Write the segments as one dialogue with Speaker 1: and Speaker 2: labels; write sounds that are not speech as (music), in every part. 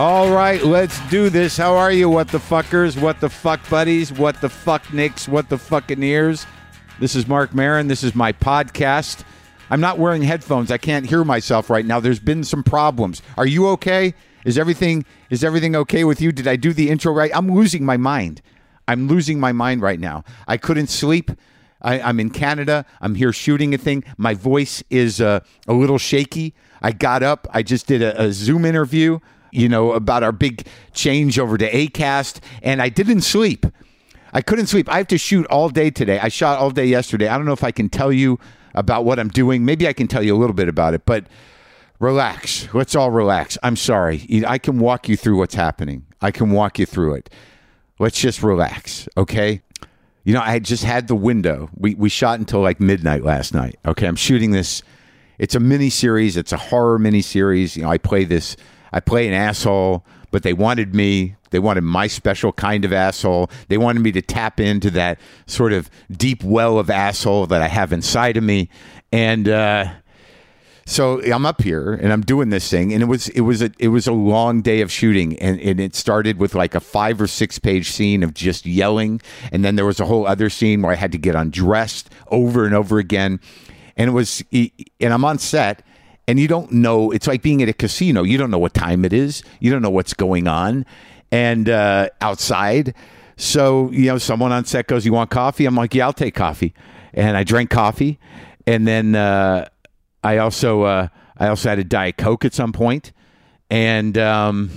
Speaker 1: All right, let's do this. How are you, what the fuckers, what the fuck buddies, what the fuck nicks, what the fucking ears? This is Mark Marin. This is my podcast. I'm not wearing headphones. I can't hear myself right now. There's been some problems. Are you okay? Is everything is everything okay with you? Did I do the intro right? I'm losing my mind. I'm losing my mind right now. I couldn't sleep. I, I'm in Canada. I'm here shooting a thing. My voice is uh, a little shaky. I got up. I just did a, a Zoom interview, you know, about our big change over to ACAST, and I didn't sleep. I couldn't sleep. I have to shoot all day today. I shot all day yesterday. I don't know if I can tell you about what I'm doing. Maybe I can tell you a little bit about it, but relax. Let's all relax. I'm sorry. You- I can walk you through what's happening. I can walk you through it. Let's just relax, okay? You know, I had just had the window. We we shot until like midnight last night. Okay, I'm shooting this. It's a mini series. It's a horror mini series. You know, I play this. I play an asshole, but they wanted me. They wanted my special kind of asshole. They wanted me to tap into that sort of deep well of asshole that I have inside of me, and. uh so I'm up here and I'm doing this thing, and it was it was a it was a long day of shooting, and, and it started with like a five or six page scene of just yelling, and then there was a whole other scene where I had to get undressed over and over again, and it was e, and I'm on set, and you don't know it's like being at a casino, you don't know what time it is, you don't know what's going on, and uh, outside, so you know someone on set goes, "You want coffee?" I'm like, "Yeah, I'll take coffee," and I drank coffee, and then. Uh, I also uh, I also had a diet coke at some point, and um,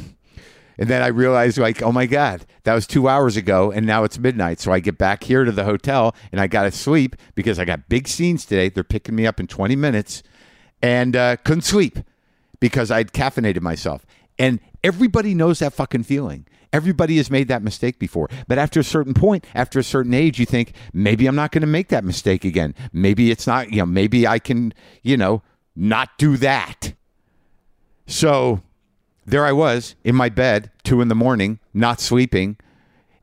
Speaker 1: and then I realized like oh my god that was two hours ago and now it's midnight. So I get back here to the hotel and I got to sleep because I got big scenes today. They're picking me up in twenty minutes, and uh, couldn't sleep because I'd caffeinated myself. And everybody knows that fucking feeling. Everybody has made that mistake before. But after a certain point, after a certain age, you think, maybe I'm not going to make that mistake again. Maybe it's not, you know, maybe I can, you know, not do that. So there I was in my bed, two in the morning, not sleeping.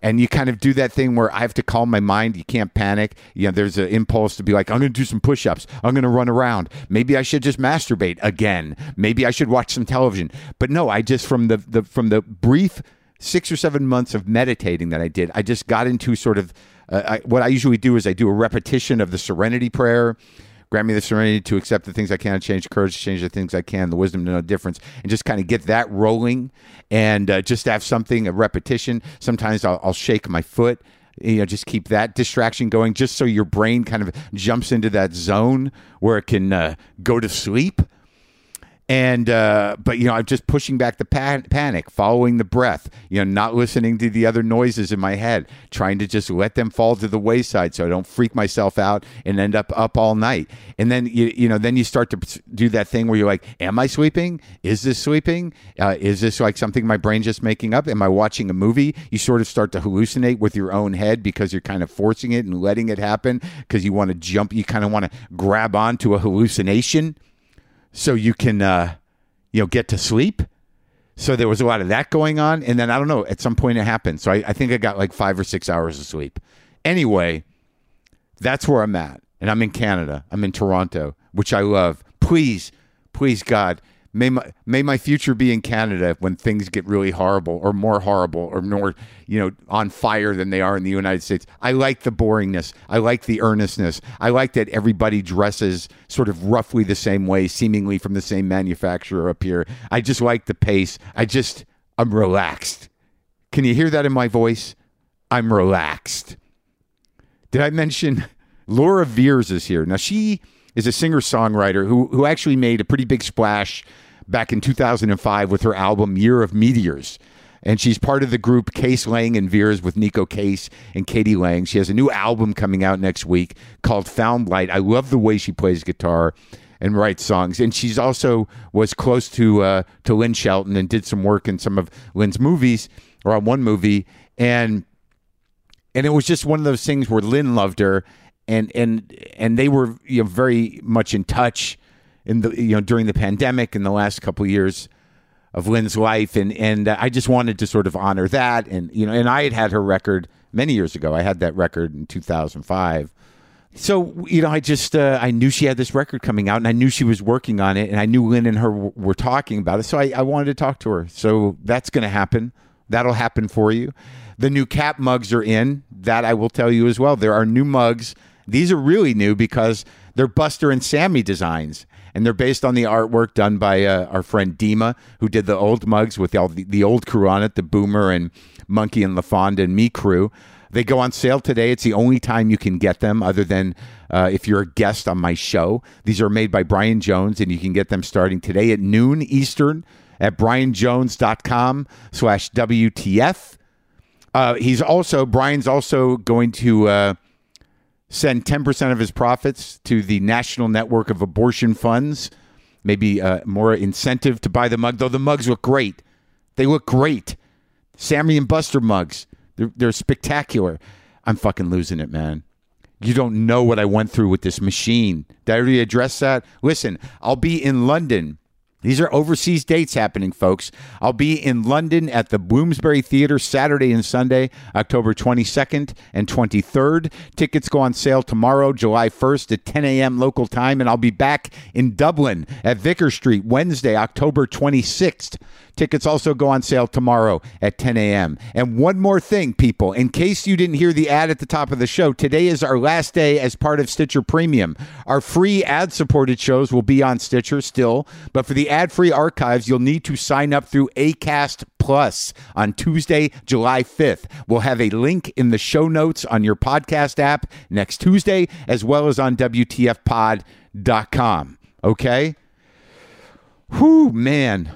Speaker 1: And you kind of do that thing where I have to calm my mind. You can't panic. You know, there's an impulse to be like, I'm going to do some push ups. I'm going to run around. Maybe I should just masturbate again. Maybe I should watch some television. But no, I just, from the, the, from the brief six or seven months of meditating that I did, I just got into sort of uh, I, what I usually do is I do a repetition of the serenity prayer. Grant me the serenity to accept the things I can, change the courage to change the things I can, the wisdom to know the difference, and just kind of get that rolling and uh, just have something, a repetition. Sometimes I'll, I'll shake my foot, you know, just keep that distraction going, just so your brain kind of jumps into that zone where it can uh, go to sleep and uh, but you know i'm just pushing back the pan- panic following the breath you know not listening to the other noises in my head trying to just let them fall to the wayside so i don't freak myself out and end up up all night and then you, you know then you start to p- do that thing where you're like am i sleeping is this sleeping uh, is this like something my brain just making up am i watching a movie you sort of start to hallucinate with your own head because you're kind of forcing it and letting it happen because you want to jump you kind of want to grab onto a hallucination so you can uh, you know get to sleep. So there was a lot of that going on, and then I don't know. At some point, it happened. So I, I think I got like five or six hours of sleep. Anyway, that's where I'm at, and I'm in Canada. I'm in Toronto, which I love. Please, please, God, may my may my future be in Canada when things get really horrible, or more horrible, or more you know on fire than they are in the United States. I like the boringness. I like the earnestness. I like that everybody dresses sort of roughly the same way, seemingly from the same manufacturer up here. I just like the pace. I just I'm relaxed. Can you hear that in my voice? I'm relaxed. Did I mention (laughs) Laura Veers is here? Now she is a singer songwriter who who actually made a pretty big splash back in 2005 with her album Year of Meteors. And she's part of the group Case Lang and Veers with Nico Case and Katie Lang. She has a new album coming out next week called Found Light. I love the way she plays guitar and writes songs. And she's also was close to uh, to Lynn Shelton and did some work in some of Lynn's movies or on one movie. And and it was just one of those things where Lynn loved her, and and and they were you know very much in touch in the you know during the pandemic in the last couple of years of Lynn's life, and and uh, I just wanted to sort of honor that, and you know, and I had had her record many years ago. I had that record in 2005. so you know, I just uh, I knew she had this record coming out, and I knew she was working on it, and I knew Lynn and her w- were talking about it. So I, I wanted to talk to her. So that's going to happen. That'll happen for you. The new cap mugs are in. That I will tell you as well. There are new mugs. These are really new because they're Buster and Sammy designs, and they're based on the artwork done by uh, our friend Dima, who did the old mugs with all the, the old crew on it, the Boomer and Monkey and LaFonda and me crew. They go on sale today. It's the only time you can get them, other than uh, if you're a guest on my show. These are made by Brian Jones, and you can get them starting today at noon Eastern at brianjones.com slash WTF. Uh, he's also, Brian's also going to uh, send 10% of his profits to the National Network of Abortion Funds. Maybe uh, more incentive to buy the mug, though the mugs look great. They look great. Sammy and Buster mugs. They're, they're spectacular. I'm fucking losing it, man. You don't know what I went through with this machine. Did I already address that? Listen, I'll be in London. These are overseas dates happening, folks. I'll be in London at the Bloomsbury Theater Saturday and Sunday, October 22nd and 23rd. Tickets go on sale tomorrow, July 1st at 10 a.m. local time, and I'll be back in Dublin at Vicker Street Wednesday, October 26th. Tickets also go on sale tomorrow at 10 a.m. And one more thing, people, in case you didn't hear the ad at the top of the show, today is our last day as part of Stitcher Premium. Our free ad supported shows will be on Stitcher still, but for the ad free archives, you'll need to sign up through ACAST Plus on Tuesday, July 5th. We'll have a link in the show notes on your podcast app next Tuesday, as well as on WTFpod.com. Okay? Whew, man.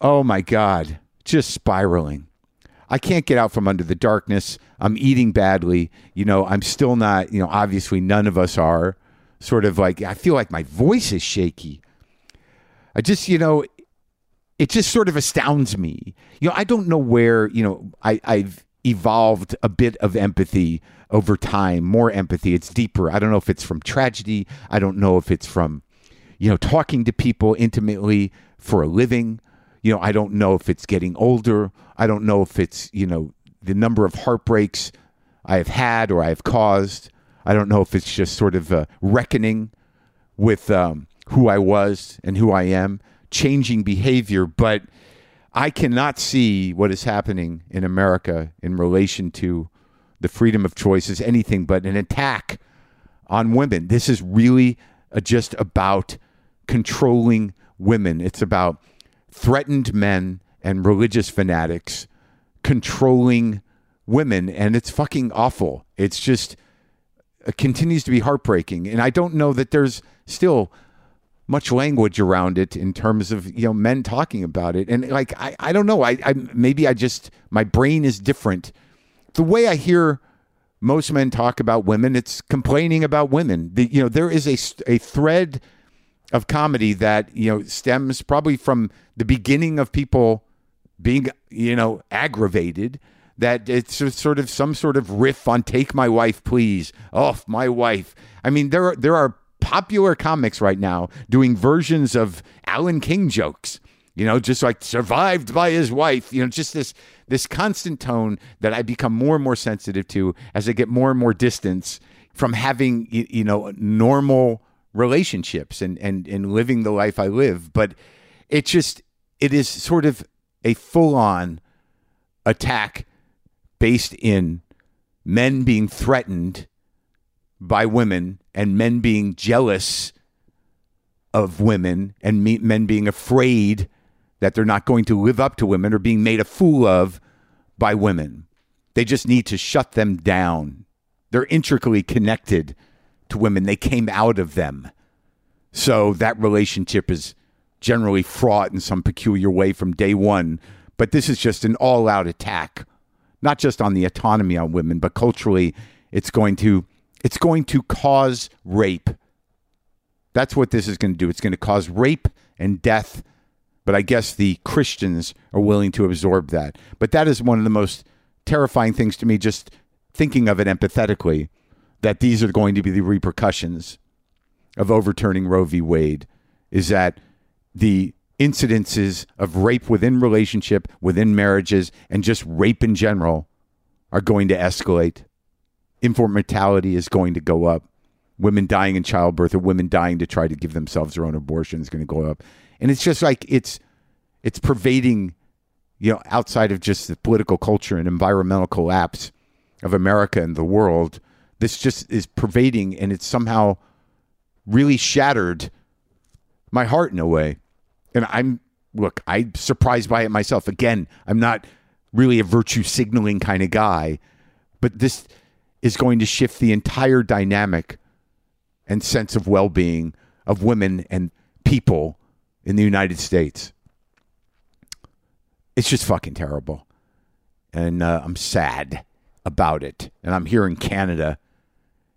Speaker 1: Oh my God, just spiraling. I can't get out from under the darkness. I'm eating badly. You know, I'm still not, you know, obviously none of us are. Sort of like, I feel like my voice is shaky. I just, you know, it just sort of astounds me. You know, I don't know where, you know, I, I've evolved a bit of empathy over time, more empathy. It's deeper. I don't know if it's from tragedy. I don't know if it's from, you know, talking to people intimately for a living. You know, I don't know if it's getting older. I don't know if it's, you know, the number of heartbreaks I have had or I have caused. I don't know if it's just sort of a reckoning with um, who I was and who I am, changing behavior, but I cannot see what is happening in America in relation to the freedom of choice as anything but an attack on women. This is really uh, just about controlling women, it's about threatened men and religious fanatics controlling women, and it's fucking awful. It's just it uh, continues to be heartbreaking. And I don't know that there's still much language around it in terms of you know men talking about it. And like I, I don't know. I, I maybe I just my brain is different. The way I hear most men talk about women, it's complaining about women. The, you know there is a s- a thread of comedy that you know stems probably from the beginning of people being you know aggravated that it's just sort of some sort of riff on take my wife please off my wife i mean there are, there are popular comics right now doing versions of alan king jokes you know just like survived by his wife you know just this this constant tone that i become more and more sensitive to as i get more and more distance from having y- you know normal relationships and and and living the life i live but it just it is sort of a full on attack based in men being threatened by women and men being jealous of women and me- men being afraid that they're not going to live up to women or being made a fool of by women. They just need to shut them down. They're intricately connected to women, they came out of them. So that relationship is generally fraught in some peculiar way from day one. But this is just an all out attack, not just on the autonomy on women, but culturally, it's going to it's going to cause rape. That's what this is going to do. It's going to cause rape and death. But I guess the Christians are willing to absorb that. But that is one of the most terrifying things to me, just thinking of it empathetically, that these are going to be the repercussions of overturning Roe v. Wade is that the incidences of rape within relationship, within marriages, and just rape in general are going to escalate. Infant mortality is going to go up. women dying in childbirth or women dying to try to give themselves their own abortion is going to go up. And it's just like it's it's pervading, you know, outside of just the political culture and environmental collapse of America and the world. This just is pervading and it's somehow really shattered my heart in a way. And I'm look, I'm surprised by it myself. Again, I'm not really a virtue signaling kind of guy, but this is going to shift the entire dynamic and sense of well being of women and people in the United States. It's just fucking terrible. And uh, I'm sad about it. And I'm here in Canada.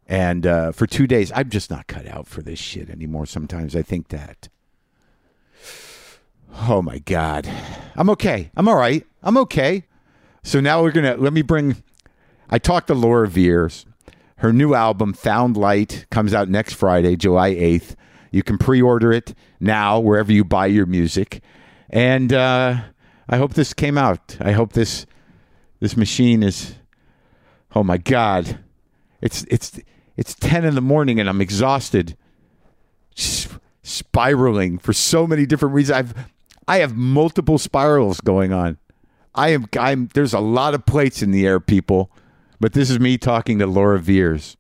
Speaker 1: And uh, for two days, I'm just not cut out for this shit anymore. Sometimes I think that. Oh my God. I'm okay. I'm all right. I'm okay. So now we're going to let me bring. I talked to Laura Veers. Her new album, Found Light, comes out next Friday, July 8th. You can pre order it now, wherever you buy your music. And uh, I hope this came out. I hope this this machine is. Oh my God. It's, it's, it's 10 in the morning and I'm exhausted. Just spiraling for so many different reasons. I've I have multiple spirals going on. I am I'm there's a lot of plates in the air, people. But this is me talking to Laura Veers.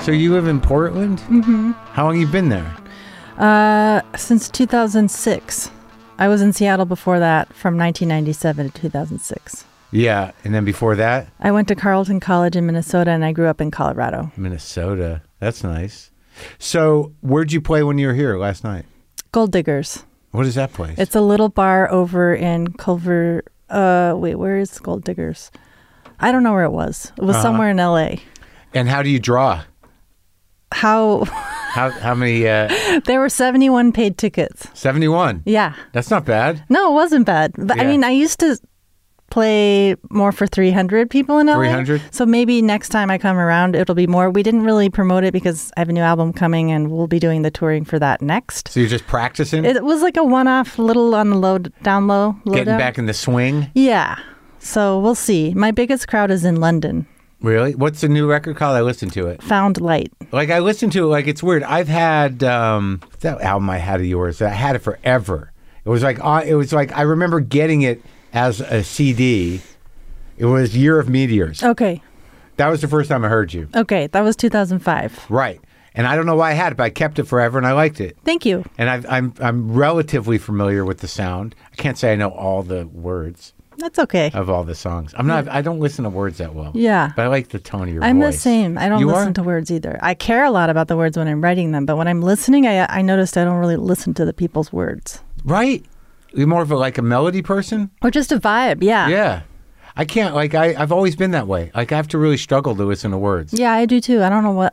Speaker 2: So you live in Portland? Mm-hmm. How long you been there?
Speaker 3: Uh, since 2006. I was in Seattle before that, from 1997 to 2006.
Speaker 2: Yeah, and then before that,
Speaker 3: I went to Carleton College in Minnesota, and I grew up in Colorado.
Speaker 2: Minnesota. That's nice. So where'd you play when you were here last night?
Speaker 3: Gold Diggers.
Speaker 2: What is that place?
Speaker 3: It's a little bar over in Culver. Uh, wait, where is Gold Diggers? I don't know where it was. It was somewhere in L.A.
Speaker 2: and how do you draw?
Speaker 3: How (laughs)
Speaker 2: How how many? Uh,
Speaker 3: there were 71 paid tickets.
Speaker 2: Seventy one.
Speaker 3: Yeah.
Speaker 2: That's not bad.
Speaker 3: No, it wasn't bad. But I
Speaker 2: Yeah.
Speaker 3: mean, I used to play more for 300 people in LA.
Speaker 2: 300?
Speaker 3: So maybe next time I come around, it'll be more. We didn't really promote it because I have a new album coming and we'll be doing the touring for that next.
Speaker 2: So you're just practicing,
Speaker 3: It was like a one off little on the low, down low. low
Speaker 2: getting
Speaker 3: down.
Speaker 2: back in the swing.
Speaker 3: Yeah. So we'll see. My biggest crowd is in London.
Speaker 2: Really? What's the new record called? I listened to it.
Speaker 3: Found Light.
Speaker 2: Like I listened to it. Like it's weird. I've had um, what's that album I had of yours. I had it forever. It was like uh, it was like I remember getting it as a CD. It was Year of Meteors.
Speaker 3: Okay.
Speaker 2: That was the first time I heard you.
Speaker 3: Okay. That was 2005.
Speaker 2: Right. And I don't know why I had it, but I kept it forever and I liked it.
Speaker 3: Thank you.
Speaker 2: And I've, I'm I'm relatively familiar with the sound. I can't say I know all the words
Speaker 3: That's okay.
Speaker 2: of all the songs. I'm not. I don't listen to words that well.
Speaker 3: Yeah.
Speaker 2: But I like the tone of your
Speaker 3: I'm
Speaker 2: voice.
Speaker 3: the same. I don't
Speaker 2: You
Speaker 3: listen
Speaker 2: are?
Speaker 3: to words either. I care a lot about the words when I'm writing them, but when I'm listening, I I noticed I don't really listen to the people's words
Speaker 2: Right. You're more of a, like a melody person.
Speaker 3: or just a vibe. Yeah.
Speaker 2: Yeah. I can't like I I've always been that way. Like I have to really struggle to listen to words.
Speaker 3: Yeah, I do too. I don't know what.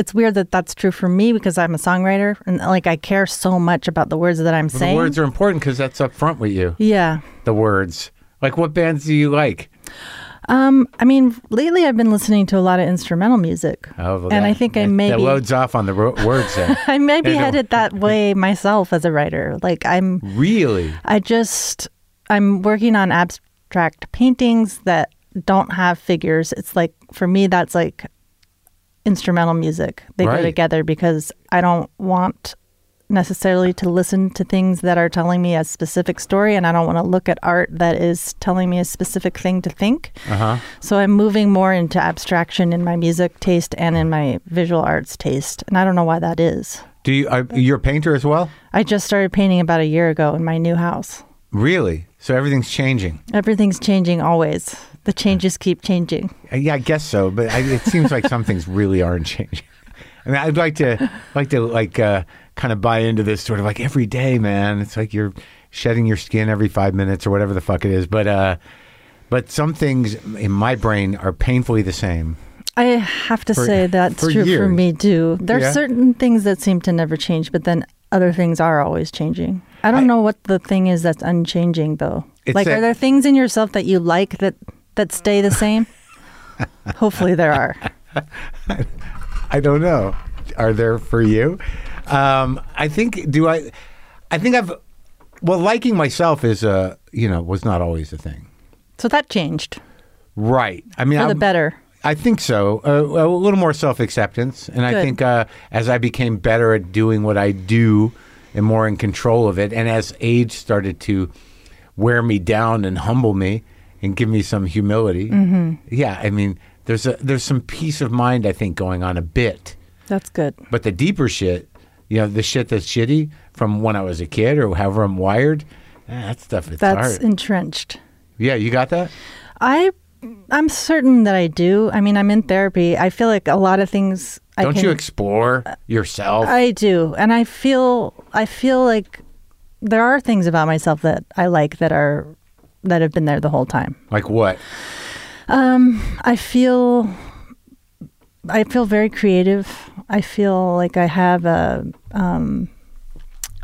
Speaker 3: It's weird that that's true for me because I'm a songwriter and like I care so much about the words that I'm
Speaker 2: But
Speaker 3: saying.
Speaker 2: The words are important because that's up front with you.
Speaker 3: yeah.
Speaker 2: The words. Like what bands do you like?
Speaker 3: Um. I mean, lately I've been listening to a lot of instrumental music,
Speaker 2: Oh, well,
Speaker 3: and I
Speaker 2: that-
Speaker 3: think I
Speaker 2: that-
Speaker 3: may
Speaker 2: that
Speaker 3: be
Speaker 2: loads off on the ro- words. Then.
Speaker 3: I may be
Speaker 2: I know.
Speaker 3: headed that way myself as a writer. Like I'm.
Speaker 2: really.
Speaker 3: I just I'm working on abstract paintings that don't have figures. It's like for me that's like instrumental music. They
Speaker 2: Right.
Speaker 3: go together because I don't want necessarily to listen to things that are telling me a specific story and I don't want to look at art that is telling me a specific thing to think.
Speaker 2: Uh huh.
Speaker 3: So I'm moving more into abstraction in my music taste and in my visual arts taste. And I don't know why that is.
Speaker 2: Do you are you're a painter as well?
Speaker 3: I just started painting about a year ago in my new house.
Speaker 2: Really? So everything's changing.
Speaker 3: Everything's changing always. The changes keep changing.
Speaker 2: Uh, Yeah, I guess so. But I, it seems like some things really aren't changing. I mean, I'd like to like to like uh, kind of buy into this sort of like every day, man. It's like you're shedding your skin every five minutes or whatever the fuck it is. But uh, but some things in my brain are painfully the same.
Speaker 3: I have to
Speaker 2: For-
Speaker 3: say that's
Speaker 2: for
Speaker 3: true for
Speaker 2: years.
Speaker 3: me too. There
Speaker 2: Yeah.
Speaker 3: are certain things that seem to never change, but then other things are always changing. I don't
Speaker 2: I-
Speaker 3: know what the thing is that's unchanging though.
Speaker 2: It's
Speaker 3: like
Speaker 2: that-
Speaker 3: are there things in yourself that you like that that stay the
Speaker 2: (laughs)
Speaker 3: same? Hopefully there are.
Speaker 2: I don't know. Are there for you? Um, I think do I? I think I've. Well, liking myself is uh, you know was not always a thing.
Speaker 3: So that changed
Speaker 2: Right. I mean,
Speaker 3: for the
Speaker 2: I'm-
Speaker 3: better.
Speaker 2: I think so. Uh, a little more self acceptance. And I
Speaker 3: Good.
Speaker 2: think uh, as I became better at doing what I do and more in control of it, and as age started to wear me down and humble me and give me some humility,
Speaker 3: Mm-hmm.
Speaker 2: yeah, I mean, there's, a, there's some peace of mind, I think, going on a bit.
Speaker 3: That's good.
Speaker 2: But the deeper shit, you know, the shit that's shitty from when I was a kid or however I'm wired, eh, that stuff, it's
Speaker 3: That's
Speaker 2: hard.
Speaker 3: entrenched.
Speaker 2: yeah, you got that?
Speaker 3: I I'm certain that I do. I mean, I'm in therapy. I feel like a lot of things I
Speaker 2: Don't
Speaker 3: can,
Speaker 2: you explore yourself?
Speaker 3: I do. And I feel I feel like there are things about myself that I like that are that have been there the whole time.
Speaker 2: like what?
Speaker 3: I feel I feel very creative. I feel like I have a um,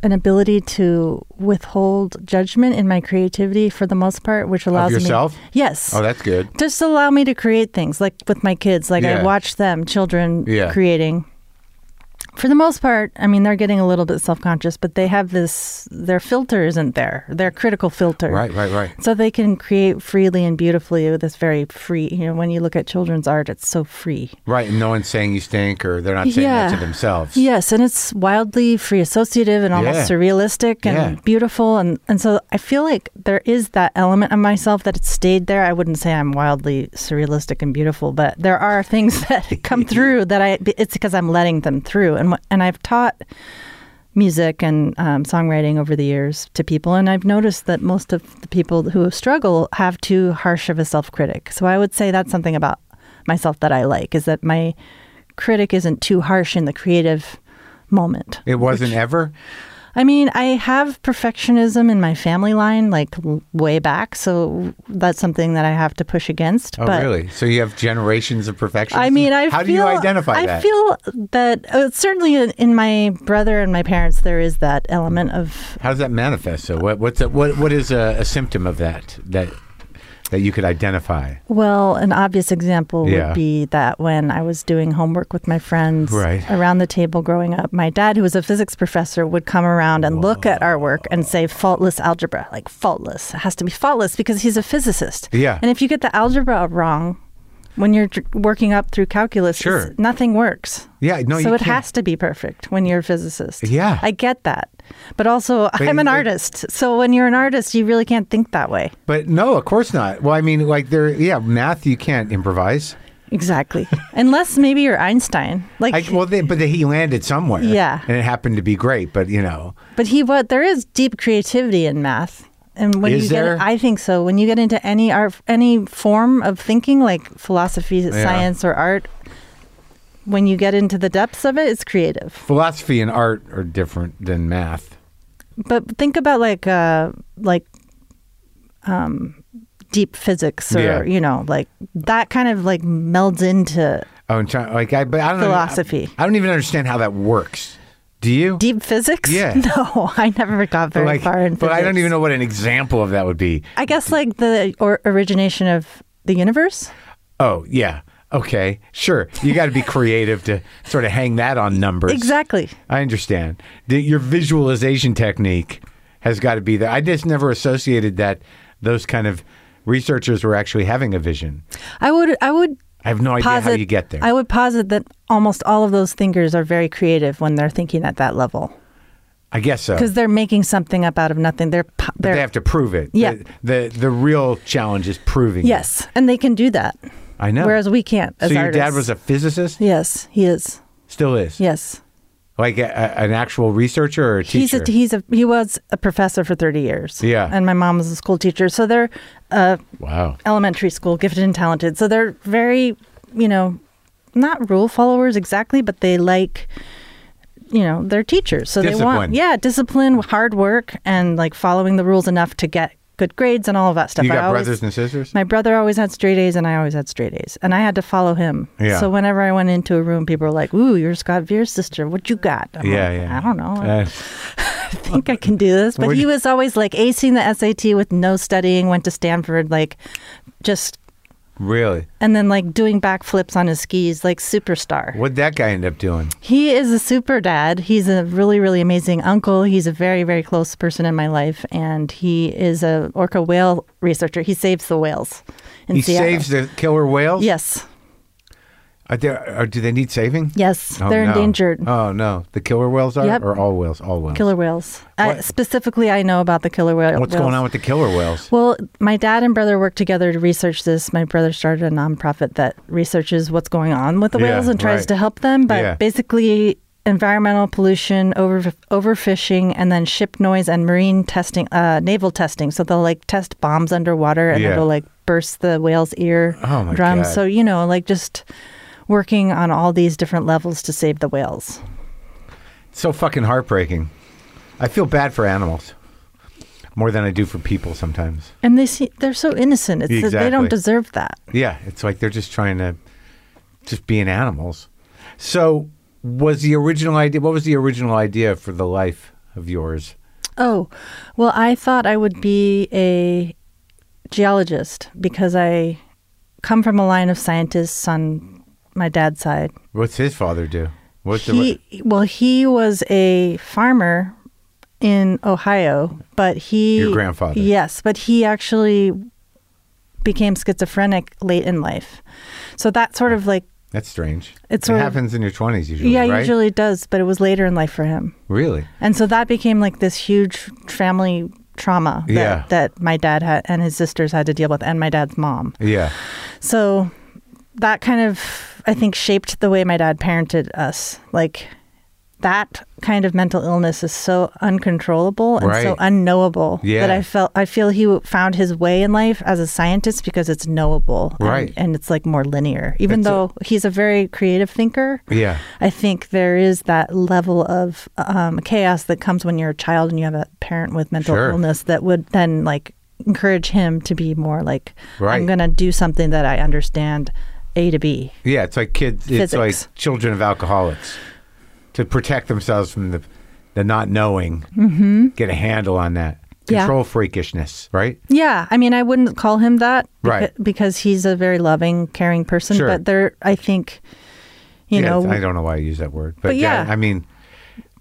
Speaker 3: an ability to withhold judgment in my creativity for the most part, which allows
Speaker 2: yourself?
Speaker 3: me yes
Speaker 2: Oh, that's good.
Speaker 3: just allow me to create things like with my kids like
Speaker 2: Yeah.
Speaker 3: i watch them children
Speaker 2: Yeah.
Speaker 3: creating for the most part i mean they're getting a little bit self-conscious but they have this their filter isn't there their critical filter
Speaker 2: Right, right, right.
Speaker 3: so they can create freely and beautifully with this very free you know when you look at children's art it's so free
Speaker 2: Right, and no one's saying you stink, or they're not saying that
Speaker 3: Yeah.
Speaker 2: to themselves.
Speaker 3: Yes, and it's wildly free associative and almost
Speaker 2: Yeah.
Speaker 3: surrealistic and
Speaker 2: Yeah.
Speaker 3: beautiful and and so I feel like there is that element of myself that it stayed there. I wouldn't say I'm wildly surrealistic and beautiful, but there are things (laughs) that come through that I it's because I'm letting them through and wh- and I've taught music and um, songwriting over the years to people and I've noticed that most of the people who struggle have too harsh of a self-critic. So I would say that's something about myself that I like is that my critic isn't too harsh in the creative moment.
Speaker 2: It wasn't ever.
Speaker 3: I mean, I have perfectionism in my family line, like w- way back, so that's something that I have to push against.
Speaker 2: Oh,
Speaker 3: but
Speaker 2: really? So you have generations of perfection.
Speaker 3: I mean, I
Speaker 2: how
Speaker 3: feel,
Speaker 2: do you identify
Speaker 3: I
Speaker 2: that?
Speaker 3: feel that uh, certainly in, in my brother and my parents, there is that element of
Speaker 2: how does that manifest? So what? What's a, what? What is a, a symptom of that? That that you could identify?
Speaker 3: Well, an obvious example
Speaker 2: Yeah.
Speaker 3: would be that when I was doing homework with my friends
Speaker 2: Right.
Speaker 3: around the table growing up, my dad, who was a physics professor, would come around and look at our work and say, faultless algebra, like faultless. It has to be faultless because he's a physicist.
Speaker 2: Yeah.
Speaker 3: And if you get the algebra wrong, when you're dr- working up through calculus, it's-
Speaker 2: Sure.
Speaker 3: nothing works.
Speaker 2: Yeah, no,
Speaker 3: so
Speaker 2: you
Speaker 3: it
Speaker 2: can't-
Speaker 3: has to be perfect when you're a physicist.
Speaker 2: Yeah.
Speaker 3: I get that. But also, I'm an
Speaker 2: it-
Speaker 3: artist. So when you're an artist, you really can't think that way.
Speaker 2: But no, of course not. Well, I mean, like there, yeah, math you can't improvise.
Speaker 3: Exactly. (laughs) Unless maybe you're Einstein. Like,
Speaker 2: I, well, they, but they, he landed somewhere.
Speaker 3: Yeah.
Speaker 2: and it happened to be great. But you know,
Speaker 3: but he what? There is deep creativity in math, and when
Speaker 2: Is
Speaker 3: you
Speaker 2: there?
Speaker 3: get, I think so. When you get into any art, any form of thinking, like philosophy, science, or art, when you get into the depths of it, it's creative.
Speaker 2: philosophy and art are different than math.
Speaker 3: But think about like, uh, like, um, deep physics, or
Speaker 2: Yeah.
Speaker 3: you know, like that kind of like melds into
Speaker 2: Oh, and try, like I, but I don't
Speaker 3: Philosophy.
Speaker 2: I, I don't even understand how that works. Do you?
Speaker 3: deep physics.
Speaker 2: Yeah.
Speaker 3: (laughs) No, I never got
Speaker 2: But,
Speaker 3: very
Speaker 2: like,
Speaker 3: far in.
Speaker 2: but I don't
Speaker 3: physics.
Speaker 2: even know what an example of that would be.
Speaker 3: I guess like the or origination of the universe.
Speaker 2: Oh yeah, okay, sure. You got to be creative to sort of hang that on numbers.
Speaker 3: Exactly.
Speaker 2: I understand. The, your visualization technique has got to be there. I just never associated that those kind of researchers were actually having a vision.
Speaker 3: I would I would
Speaker 2: I have no idea how
Speaker 3: posit
Speaker 2: you get there.
Speaker 3: I would posit that almost all of those thinkers are very creative when they're thinking at that level
Speaker 2: I guess so.
Speaker 3: because they're making something up out of nothing. They're po-
Speaker 2: But
Speaker 3: they're
Speaker 2: they have to prove it.
Speaker 3: Yeah.
Speaker 2: The, the the real challenge is proving. it.
Speaker 3: yes, and they can do that.
Speaker 2: I know.
Speaker 3: Whereas we can't. As
Speaker 2: so your dad
Speaker 3: artists.
Speaker 2: was a physicist,
Speaker 3: yes, he is.
Speaker 2: still is.
Speaker 3: Yes,
Speaker 2: Like a, a- an actual researcher or a teacher.
Speaker 3: he's a he's a he was a professor for thirty years.
Speaker 2: Yeah.
Speaker 3: and my mom was a school teacher, so they're uh,
Speaker 2: wow.
Speaker 3: elementary school, gifted and talented. So they're very, you know, not rule followers exactly, but they like, you know, they're teachers. So they
Speaker 2: Discipline.
Speaker 3: want, yeah, discipline, hard work, and like following the rules enough to get good grades and all of that stuff.
Speaker 2: You
Speaker 3: I
Speaker 2: got
Speaker 3: always-
Speaker 2: brothers and sisters?
Speaker 3: My brother always had straight A's, and I always had straight A's, and I had to follow him.
Speaker 2: Yeah.
Speaker 3: So whenever I went into a room, people were like, "Ooh, you're Scott Veer's sister. What you got?" I'm
Speaker 2: yeah,
Speaker 3: like,
Speaker 2: yeah.
Speaker 3: I don't know. I
Speaker 2: Uh,
Speaker 3: think I can do this. But
Speaker 2: Would-
Speaker 3: he was always like acing the SAT with no studying, went to Stanford, like just
Speaker 2: Really?
Speaker 3: and then like doing backflips on his skis, like superstar.
Speaker 2: What'd that guy end up doing?
Speaker 3: He is a super dad. He's a really, really amazing uncle. He's a very, very close person in my life, and he is a orca whale researcher. He saves the whales. In
Speaker 2: he
Speaker 3: Seattle.
Speaker 2: saves the killer whales?
Speaker 3: Yes,
Speaker 2: Are there, are, do they need saving?
Speaker 3: yes,
Speaker 2: Oh,
Speaker 3: they're
Speaker 2: no.
Speaker 3: endangered.
Speaker 2: Oh, no. The killer whales are?
Speaker 3: Yep.
Speaker 2: Or all whales? All whales.
Speaker 3: Killer whales. I,
Speaker 2: What-
Speaker 3: specifically, I know about the killer whale.
Speaker 2: What's
Speaker 3: whales.
Speaker 2: going on with the killer whales?
Speaker 3: Well, my dad and brother worked together to research this. My brother started a nonprofit that researches what's going on with the
Speaker 2: Yeah,
Speaker 3: whales and tries
Speaker 2: right.
Speaker 3: to help them. But
Speaker 2: Yeah.
Speaker 3: basically, environmental pollution, over overfishing, and then ship noise and marine testing, uh, naval testing. So they'll like test bombs underwater and
Speaker 2: Yeah.
Speaker 3: then they'll like burst the whale's ear
Speaker 2: Oh, my
Speaker 3: drum.
Speaker 2: God.
Speaker 3: So you know, like just working on all these different levels to save the whales.
Speaker 2: It's so fucking heartbreaking. I feel bad for animals more than I do for people sometimes.
Speaker 3: And they see they're so innocent. It's that they
Speaker 2: Exactly.
Speaker 3: don't deserve that.
Speaker 2: Yeah, it's like they're just trying to just being animals. So, was the original idea? What was the original idea for the life of yours?
Speaker 3: Oh, well, I thought I would be a geologist because I come from a line of scientists on my dad's side.
Speaker 2: What's his father do? What's
Speaker 3: he, well, he was a farmer in Ohio, but he
Speaker 2: Your grandfather.
Speaker 3: Yes, but he actually became schizophrenic late in life. So that sort of like
Speaker 2: That's strange. it
Speaker 3: It's sort of-
Speaker 2: happens in your twenties usually,
Speaker 3: yeah,
Speaker 2: right?
Speaker 3: usually it does, but it was later in life for him.
Speaker 2: Really?
Speaker 3: And so that became like this huge family trauma that,
Speaker 2: Yeah.
Speaker 3: that my dad had and his sisters had to deal with and my dad's mom.
Speaker 2: Yeah.
Speaker 3: So that kind of I think shaped the way my dad parented us. Like that kind of mental illness is so uncontrollable and so
Speaker 2: Right.
Speaker 3: unknowable
Speaker 2: Yeah.
Speaker 3: that I felt I feel he found his way in life as a scientist because it's knowable and-
Speaker 2: Right.
Speaker 3: and, it's like more linear. Even
Speaker 2: It's a-
Speaker 3: though he's a very creative thinker,
Speaker 2: Yeah.
Speaker 3: I think there is that level of um, chaos that comes when you're a child and you have a parent with mental
Speaker 2: Sure.
Speaker 3: illness that would then like encourage him to be more like
Speaker 2: Right.
Speaker 3: I'm going to do something that I understand A to B.
Speaker 2: Yeah. It's like kids. It's
Speaker 3: Physics.
Speaker 2: like children of alcoholics to protect themselves from the the not knowing. Get a handle on that
Speaker 3: Mm-hmm. Yeah.
Speaker 2: control freakishness, right?
Speaker 3: Yeah, I mean I wouldn't call him that beca-
Speaker 2: Right.
Speaker 3: because he's a very loving, caring person,
Speaker 2: Sure.
Speaker 3: but there I think you
Speaker 2: yeah,
Speaker 3: know
Speaker 2: I don't know why I use that word, but,
Speaker 3: But
Speaker 2: yeah,
Speaker 3: yeah.
Speaker 2: I mean,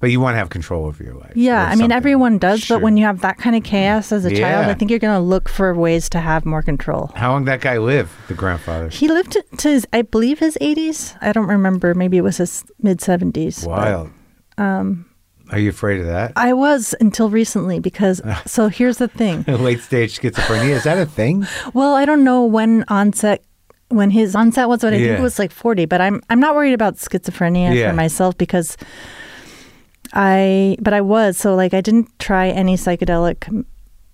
Speaker 2: but you want to have control over your life.
Speaker 3: Yeah,
Speaker 2: or
Speaker 3: I mean
Speaker 2: something.
Speaker 3: everyone does,
Speaker 2: Sure.
Speaker 3: but when you have that kind of chaos as a child,
Speaker 2: Yeah.
Speaker 3: I think you're going to look for ways to have more control.
Speaker 2: how long that guy live, the grandfather?
Speaker 3: He lived to, to his, I believe, his 80s. I don't remember. Maybe it was his mid 70s.
Speaker 2: Wild. Um, are you afraid of that? (laughs)
Speaker 3: I was until recently because,
Speaker 2: Ah.
Speaker 3: so here's the
Speaker 2: (laughs)
Speaker 3: thing.
Speaker 2: Late stage schizophrenia is that a thing?
Speaker 3: Well, I don't know when onset, when his onset was, but I think
Speaker 2: Yeah.
Speaker 3: it was like 40. But I'm, I'm not worried about schizophrenia
Speaker 2: Yeah.
Speaker 3: for myself because I, but I was. So like I didn't try any psychedelic mm,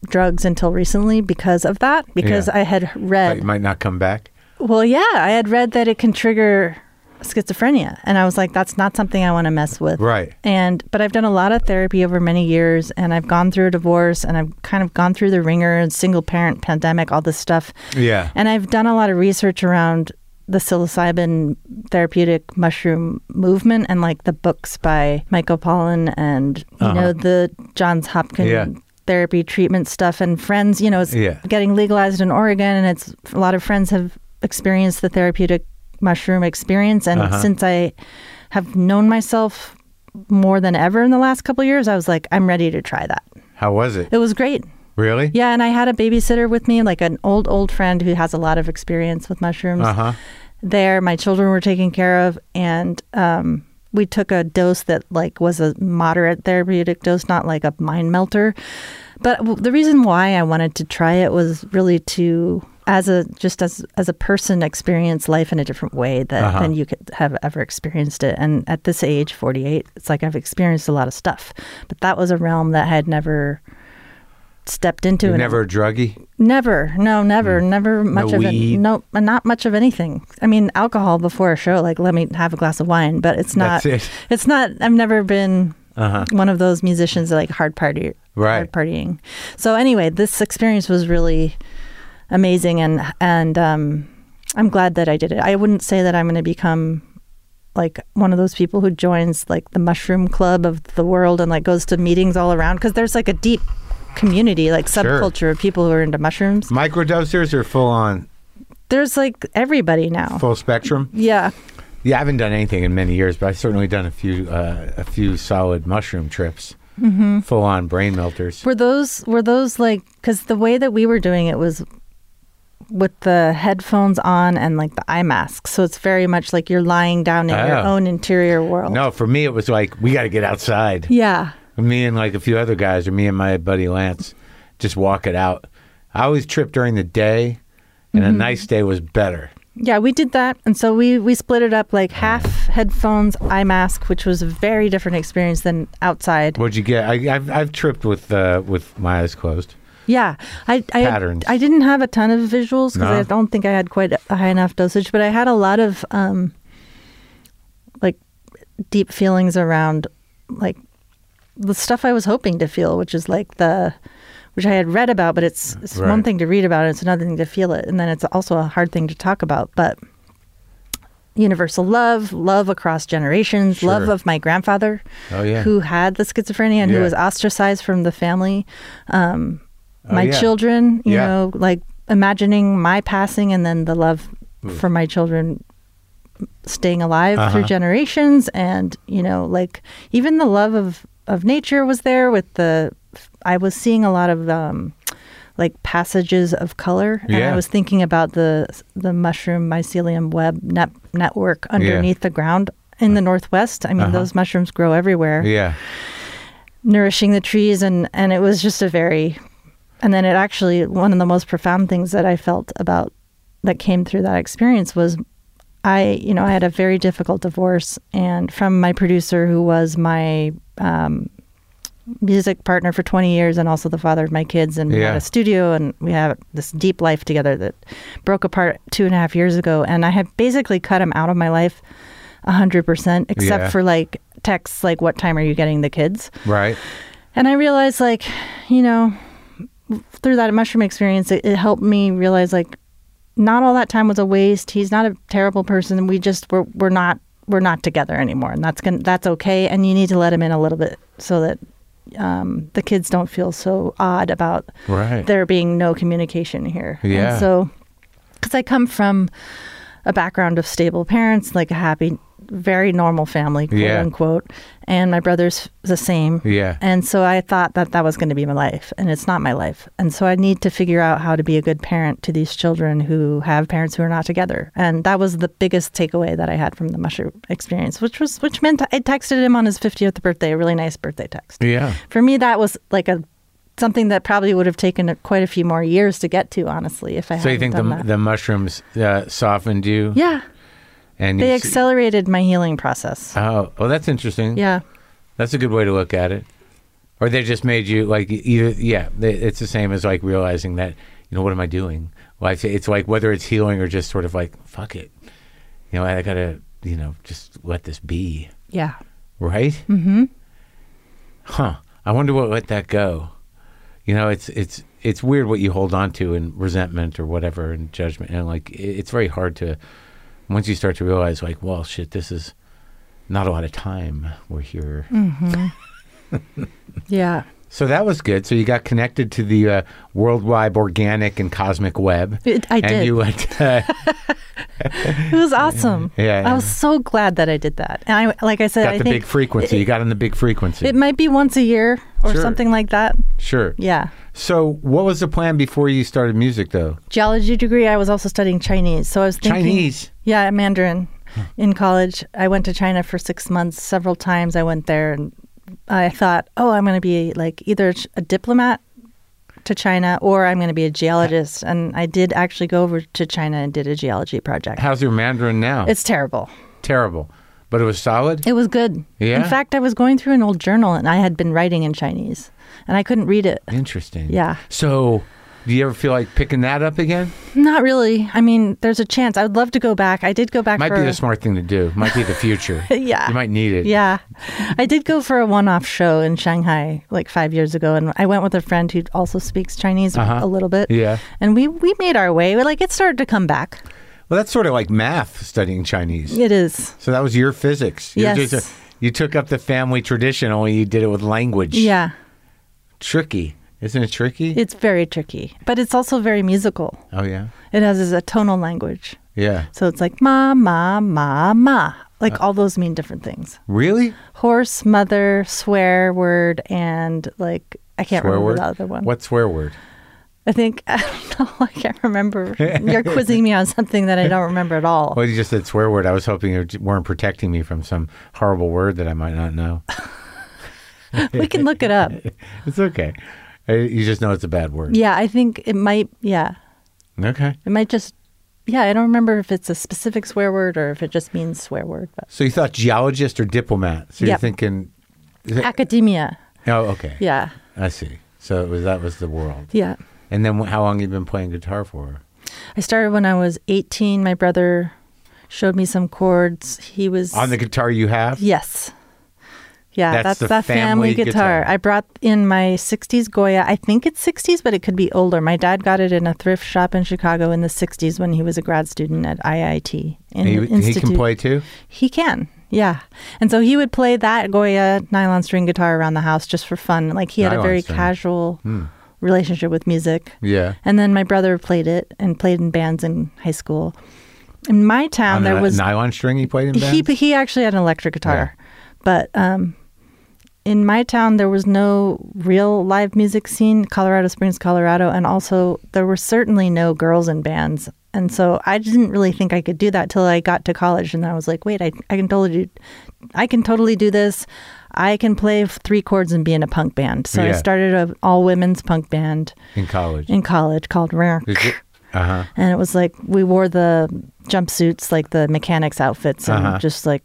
Speaker 3: drugs until recently because of that, because
Speaker 2: Yeah.
Speaker 3: I had
Speaker 2: That
Speaker 3: read.
Speaker 2: you might not come back.
Speaker 3: Well, yeah, I had read that it can trigger schizophrenia, and I was like, that's not something I want to mess with.
Speaker 2: Right.
Speaker 3: And but I've done a lot of therapy over many years, and I've gone through a divorce, and I've kind of gone through the ringer and single parent pandemic, all this stuff,
Speaker 2: Yeah.
Speaker 3: and I've done a lot of research around the psilocybin therapeutic mushroom movement and like the books by Michael Pollan and you know the Johns Hopkins
Speaker 2: Uh-huh. Yeah.
Speaker 3: therapy treatment stuff and friends you know it's
Speaker 2: Yeah.
Speaker 3: getting legalized in Oregon and it's a lot of friends have experienced the therapeutic mushroom experience and
Speaker 2: Uh-huh.
Speaker 3: since I have known myself more than ever in the last couple of years I was like I'm ready to try that.
Speaker 2: How was it?
Speaker 3: It was great.
Speaker 2: Really?
Speaker 3: Yeah, and I had a babysitter with me, like an old, old friend who has a lot of experience with mushrooms.
Speaker 2: Uh huh.
Speaker 3: There, my children were taken care of, and um, we took a dose that like was a moderate therapeutic dose, not like a mind melter. But w- the reason why I wanted to try it was really to, as a just as as a person, experience life in a different way that than you could have ever experienced it. And at this age, forty eight, it's like I've experienced a lot of stuff, but that was a realm that I had never stepped into
Speaker 2: You're
Speaker 3: and
Speaker 2: never a druggie.
Speaker 3: Never, no, never, never much of
Speaker 2: Mm. weed?
Speaker 3: it. No, not much of anything. I mean, alcohol before a show, like let me have a glass of wine, but it's not.
Speaker 2: That's it. Uh-huh.
Speaker 3: It's not. I've never been one of those musicians that like hard party,
Speaker 2: Right.
Speaker 3: hard partying. So anyway, this experience was really amazing, and and um, I'm glad that I did it. I wouldn't say that I'm going to become like one of those people who joins like the mushroom club of the world and like goes to meetings all around because there's like a deep community like subculture of people who are into mushrooms
Speaker 2: Microdosers or full on
Speaker 3: there's like everybody now.
Speaker 2: Full spectrum.
Speaker 3: Yeah.
Speaker 2: Yeah, I haven't done anything in many years, but I've certainly done a few uh, a few solid mushroom trips,
Speaker 3: Mm-hmm.
Speaker 2: full on brain melters.
Speaker 3: Were those were those like because the way that we were doing it was with the headphones on and like the eye mask, so it's very much like you're lying down in your
Speaker 2: Oh.
Speaker 3: own interior world.
Speaker 2: No, for me it was like we got to get outside.
Speaker 3: Yeah.
Speaker 2: Me and like a few other guys, or me and my buddy Lance, just walk it out. I always trip during the day, and
Speaker 3: Mm-hmm.
Speaker 2: a nice day was better.
Speaker 3: Yeah, we did that, and so we we split it up like half headphones, eye mask, which was a very different experience than outside.
Speaker 2: What'd you get? I, I've I've tripped with uh, with my eyes closed.
Speaker 3: Yeah, I I,
Speaker 2: Patterns.
Speaker 3: I didn't have a ton of visuals because
Speaker 2: No.
Speaker 3: I don't think I had quite a high enough dosage, but I had a lot of um, like deep feelings around like the stuff I was hoping to feel, which is like the which I had read about, but it's it's one
Speaker 2: Right.
Speaker 3: thing to read about it, it's another thing to feel it, and then it's also a hard thing to talk about, but. Universal love, love across generations, love
Speaker 2: Sure.
Speaker 3: of my grandfather,
Speaker 2: Oh, yeah.
Speaker 3: who had the schizophrenia and who
Speaker 2: Yeah.
Speaker 3: was ostracized from the family Um, my
Speaker 2: Oh, yeah.
Speaker 3: children, you
Speaker 2: Yeah.
Speaker 3: know, like imagining my passing and then the love for my children staying alive through
Speaker 2: Uh-huh.
Speaker 3: generations and you know like even the love of of nature was there with the I was seeing a lot of um like passages of color and I
Speaker 2: Yeah.
Speaker 3: was thinking about the the mushroom mycelium web net, network underneath the ground in the northwest I mean those mushrooms grow everywhere
Speaker 2: Yeah,
Speaker 3: nourishing the trees and and it was just a very and then it actually one of the most profound things that I felt about that came through that experience was I you know I had a very difficult divorce and from my producer who was my um music partner for 20 years and also the father of my kids and we had
Speaker 2: Yeah.
Speaker 3: a studio and we have this deep life together that broke apart two and a half years ago and I had basically cut him out of my life 100% except
Speaker 2: Yeah.
Speaker 3: for like texts like what time are you getting the kids
Speaker 2: right.
Speaker 3: and I realized, like, you know, through that mushroom experience, it, it helped me realize, like, not all that time was a waste. He's not a terrible person. We just we're we're not we're not together anymore, and that's gonna that's okay. And you need to let him in a little bit so that um, the kids don't feel so odd about
Speaker 2: Right.
Speaker 3: there being no communication here. And
Speaker 2: Yeah.
Speaker 3: so, because I come from a background of stable parents, like a happy, very normal family, quote
Speaker 2: Yeah.
Speaker 3: unquote, and my brother's the same.
Speaker 2: Yeah.
Speaker 3: And so I thought that that was going to be my life, and it's not my life. And so I need to figure out how to be a good parent to these children who have parents who are not together. And that was the biggest takeaway that I had from the mushroom experience, which was which meant I texted him on his 50th birthday, a really nice birthday text
Speaker 2: Yeah.
Speaker 3: for me that was like a something that probably would have taken a- quite a few more years to get to honestly if i
Speaker 2: So you
Speaker 3: hadn't
Speaker 2: think the
Speaker 3: done that.
Speaker 2: the mushrooms uh, softened you?
Speaker 3: yeah
Speaker 2: And
Speaker 3: they
Speaker 2: you see-
Speaker 3: accelerated my healing process
Speaker 2: Oh, well, that's interesting.
Speaker 3: yeah
Speaker 2: That's a good way to look at it. Or they just made you like e-, either yeah, they, it's the same as like realizing that you know what am I doing? Life it's like whether it's healing or just sort of like fuck it. You know, I got to, you know, just let this be,
Speaker 3: yeah
Speaker 2: right? Mhm.
Speaker 3: Mm-hmm.
Speaker 2: Huh. I wonder what let that go. You know, it's it's it's weird what you hold on to in resentment or whatever and judgment and like it, it's very hard to once you start to realize like, well, shit, this is not a lot of time we're here.
Speaker 3: Mm. yeah
Speaker 2: So that was good. So you got connected to the uh, worldwide organic and cosmic web.
Speaker 3: It- I
Speaker 2: and
Speaker 3: did.
Speaker 2: You
Speaker 3: (laughs)
Speaker 2: went, uh,
Speaker 3: it was awesome
Speaker 2: Yeah, yeah.
Speaker 3: i was so glad that i did that and i like i said
Speaker 2: got
Speaker 3: i
Speaker 2: the
Speaker 3: think
Speaker 2: big frequency. you got in the big frequency.
Speaker 3: it might be once a year or
Speaker 2: Sure.
Speaker 3: something like that
Speaker 2: sure.
Speaker 3: yeah
Speaker 2: So what was the plan before you started music, though?
Speaker 3: geology degree i was also studying chinese so i was thinking
Speaker 2: Chinese.
Speaker 3: Yeah, Mandarin. In college, I went to China for six months. Several times I went there, and I thought, oh, I'm going to be like either a diplomat to China or I'm going to be a geologist. And I did actually go over to China and did a geology project.
Speaker 2: How's your Mandarin now?
Speaker 3: It's terrible.
Speaker 2: terrible, but it was solid.
Speaker 3: It was good.
Speaker 2: Yeah?
Speaker 3: In fact, I was going through an old journal and I had been writing in Chinese and I couldn't read it. (laughs)
Speaker 2: Interesting.
Speaker 3: Yeah.
Speaker 2: So do you ever feel like picking that up again?
Speaker 3: Not really. I mean, there's a chance. I would love to go back. I did go back
Speaker 2: Might
Speaker 3: for
Speaker 2: be
Speaker 3: a-
Speaker 2: the smart thing to do. Might be the future.
Speaker 3: (laughs) Yeah.
Speaker 2: You might need it.
Speaker 3: Yeah. I did go for a one off show in Shanghai like five years ago, and I went with a friend who also speaks Chinese a little bit.
Speaker 2: Uh-huh. Yeah.
Speaker 3: And we, we made our way. Like, it started to come back.
Speaker 2: Well, that's sort of like math studying Chinese.
Speaker 3: It is.
Speaker 2: So that was your physics. You
Speaker 3: Yes.
Speaker 2: you took up the family tradition, only you did it with language.
Speaker 3: Yeah.
Speaker 2: Tricky. Isn't it tricky?
Speaker 3: It's very tricky, but it's also very musical.
Speaker 2: oh yeah,
Speaker 3: It has a tonal language.
Speaker 2: yeah.
Speaker 3: So it's like ma, ma, ma, ma. Like
Speaker 2: Uh.
Speaker 3: all those mean different things.
Speaker 2: Really?
Speaker 3: Horse, mother, swear word, and like, I can't
Speaker 2: swear
Speaker 3: remember
Speaker 2: word.
Speaker 3: the other one.
Speaker 2: What swear word?
Speaker 3: I think, (laughs) I don't know, I
Speaker 2: (laughs)
Speaker 3: can't remember. You're quizzing me on something that I don't remember at all.
Speaker 2: Well, you just said swear word. I was hoping you weren't protecting me from some horrible word that I might not know. (laughs) Oh,
Speaker 3: We can look it up.
Speaker 2: it's okay. Uh, You just know it's a bad word.
Speaker 3: Yeah, I think it might, yeah.
Speaker 2: Okay.
Speaker 3: It might just, yeah, I don't remember if it's a specific swear word or if it just means swear word, but
Speaker 2: So you thought geologist or diplomat? So you're
Speaker 3: Yep.
Speaker 2: thinking? is it-
Speaker 3: academia.
Speaker 2: oh, okay.
Speaker 3: Yeah,
Speaker 2: I see. So it was that was the world.
Speaker 3: yeah.
Speaker 2: And then wh- how long you been playing guitar for?
Speaker 3: I started when I was 18. My brother showed me some chords. He was
Speaker 2: On the guitar you have?
Speaker 3: Yes. Yeah,
Speaker 2: That's
Speaker 3: that's,
Speaker 2: the
Speaker 3: the,
Speaker 2: family
Speaker 3: family, guitar.
Speaker 2: guitar.
Speaker 3: I brought in my 60s Goya. I think it's 60s, but it could be older. My dad got it in a thrift shop in Chicago in the 60s when he was a grad student at IIT. In
Speaker 2: And
Speaker 3: the
Speaker 2: you- he,
Speaker 3: institute.
Speaker 2: can play too.
Speaker 3: He can. Yeah. And so he would play that Goya nylon string guitar around the house just for fun. Like he had
Speaker 2: Nylon
Speaker 3: a very
Speaker 2: string. Hmm.
Speaker 3: casual relationship with music.
Speaker 2: Yeah.
Speaker 3: And then my brother played it and played in bands in high school. In my town,
Speaker 2: On
Speaker 3: Um, there
Speaker 2: a
Speaker 3: was
Speaker 2: nylon string he played in
Speaker 3: he
Speaker 2: bands?
Speaker 3: he actually had an electric guitar, but um, in my town there was no real live music scene, Colorado Springs, Colorado, and also there were certainly no girls in bands, and so I didn't really think I could do that till I got to college, and I was like, wait, I I can totally, do- I can totally do this. I can play f- three chords and be in a punk band. So I
Speaker 2: Yeah.
Speaker 3: started a all women's punk band
Speaker 2: in college.
Speaker 3: in college called Rare
Speaker 2: Uh huh.
Speaker 3: and it was like we wore the jumpsuits like the mechanics outfits and
Speaker 2: Uh-huh.
Speaker 3: just like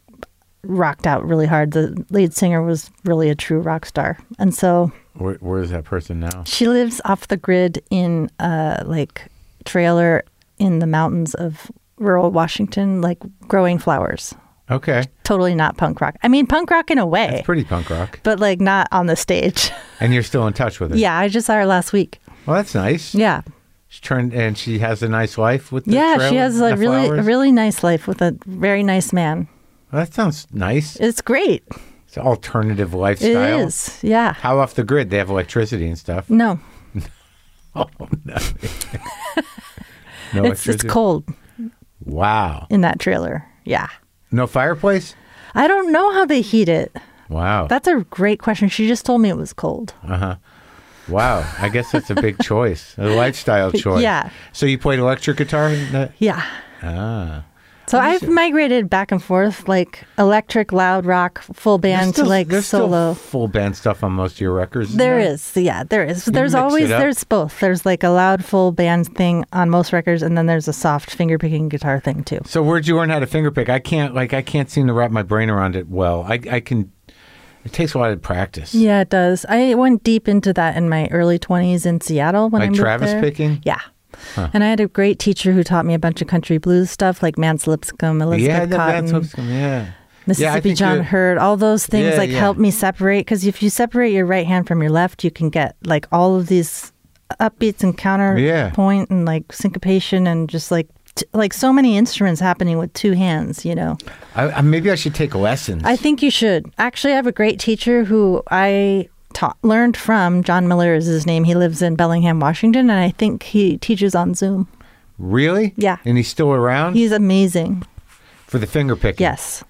Speaker 3: rocked out really hard the lead singer was really a true rock star and so
Speaker 2: Where, where is that person now?
Speaker 3: she lives off the grid in a like trailer in the mountains of rural washington like growing flowers
Speaker 2: Okay.
Speaker 3: totally not punk rock i mean punk rock in a way
Speaker 2: It's pretty punk rock.
Speaker 3: but like not on the stage (laughs)
Speaker 2: And you're still in touch with her.
Speaker 3: yeah i just saw her last week
Speaker 2: Well, that's nice.
Speaker 3: yeah
Speaker 2: She turned and she has a nice life with the
Speaker 3: yeah she
Speaker 2: trailer
Speaker 3: has
Speaker 2: and
Speaker 3: a
Speaker 2: the
Speaker 3: really a
Speaker 2: flowers?
Speaker 3: really nice life with a very nice man
Speaker 2: Well, that sounds nice.
Speaker 3: it's great
Speaker 2: It's an alternative
Speaker 3: It is,
Speaker 2: lifestyle.
Speaker 3: yeah.
Speaker 2: How off the grid? They have electricity and stuff.
Speaker 3: No,
Speaker 2: No
Speaker 3: it's it's
Speaker 2: electricity?
Speaker 3: cold
Speaker 2: Wow.
Speaker 3: in that trailer. Yeah,
Speaker 2: No fireplace?
Speaker 3: I don't know how they heat it.
Speaker 2: Wow.
Speaker 3: That's a great question. She just told me it was cold.
Speaker 2: Wow, I guess that's a big choice, a lifestyle choice.
Speaker 3: Yeah.
Speaker 2: So you played electric guitar? in that-
Speaker 3: Yeah.
Speaker 2: Ah.
Speaker 3: So I've migrated back and forth, like electric, loud rock, full band
Speaker 2: There's
Speaker 3: to like
Speaker 2: there's Still
Speaker 3: solo.
Speaker 2: full band stuff on most of your records. isn't
Speaker 3: There is, yeah, there is. There's
Speaker 2: mix it
Speaker 3: always
Speaker 2: up.
Speaker 3: there's both. There's like a loud full band thing on most records, and then there's a soft finger picking guitar thing too.
Speaker 2: So where'd you learn how to finger pick? I can't like I can't seem to wrap my brain around it well. I I can. It takes a lot of practice.
Speaker 3: Yeah, it does. I went deep into that in my early 20s in Seattle when I
Speaker 2: Like
Speaker 3: moved
Speaker 2: Travis
Speaker 3: there.
Speaker 2: picking?
Speaker 3: Yeah. And I had a great teacher who taught me a bunch of country blues stuff like Mance Lipscomb, Elizabeth
Speaker 2: yeah, that-
Speaker 3: Cotton,
Speaker 2: that's what's coming. Yeah. yeah, I
Speaker 3: Mississippi
Speaker 2: think
Speaker 3: John
Speaker 2: you're-
Speaker 3: Hurd. All those things
Speaker 2: Yeah,
Speaker 3: like
Speaker 2: yeah.
Speaker 3: helped me separate because if you separate your right hand from your left, you can get like all of these upbeats and counterpoint
Speaker 2: Yeah.
Speaker 3: and like syncopation and just like t- like so many instruments happening with two hands, you know.
Speaker 2: I, I, maybe I should take lessons.
Speaker 3: I think you should. Actually, I have a great teacher who I taught, learned from. John Miller is his name. He lives in Bellingham, Washington, and I think he teaches on Zoom.
Speaker 2: really?
Speaker 3: Yeah.
Speaker 2: And he's still around
Speaker 3: He's amazing.
Speaker 2: for the finger picking.
Speaker 3: Yes.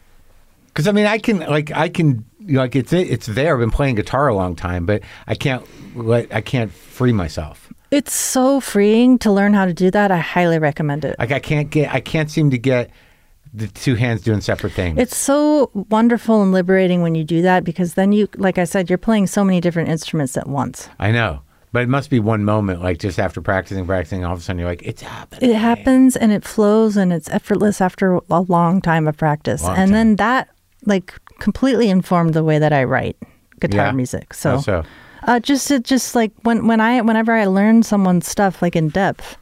Speaker 2: Because I mean, I can like I can like it's it's there. I've been playing guitar a long time, but I can't let I can't free myself.
Speaker 3: It's so freeing to learn how to do that. I highly recommend it.
Speaker 2: Like I can't get I can't seem to get the two hands doing separate things.
Speaker 3: It's so wonderful and liberating when you do that because then you, like I said, you're playing so many different instruments at once.
Speaker 2: I know, but it must be one moment, like just after practicing, practicing, all of a sudden you're like, it's happening.
Speaker 3: It happens and it flows and it's effortless after a long time of practice.
Speaker 2: Long
Speaker 3: and
Speaker 2: time.
Speaker 3: then that like completely informed the way that I write guitar
Speaker 2: Yeah.
Speaker 3: music.
Speaker 2: How
Speaker 3: So,
Speaker 2: so?
Speaker 3: Uh, just it just like when when I whenever I learn someone's stuff like in depth,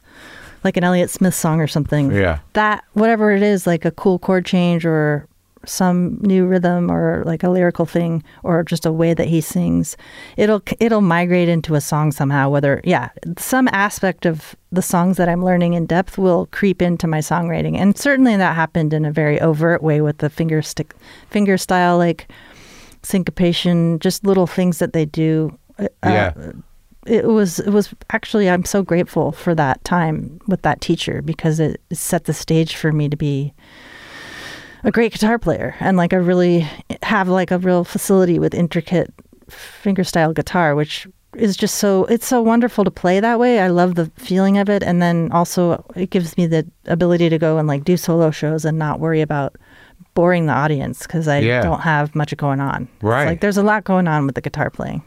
Speaker 3: like an Elliott Smith song or something.
Speaker 2: Yeah.
Speaker 3: That whatever it is, like a cool chord change or some new rhythm or like a lyrical thing or just a way that he sings, it'll it'll migrate into a song somehow. Whether yeah, some aspect of the songs that I'm learning in depth will creep into my songwriting, and certainly that happened in a very overt way with the finger stick finger style like syncopation, just little things that they do. uh,
Speaker 2: yeah,
Speaker 3: it was it was actually I'm so grateful for that time with that teacher because it set the stage for me to be a great guitar player and like a really have like a real facility with intricate fingerstyle guitar which is just so it's so wonderful to play that way. I love the feeling of it and then also it gives me the ability to go and like do solo shows and not worry about boring the audience cuz I
Speaker 2: Yeah.
Speaker 3: don't have much going on. It's
Speaker 2: Right.
Speaker 3: like there's a lot going on with the guitar playing.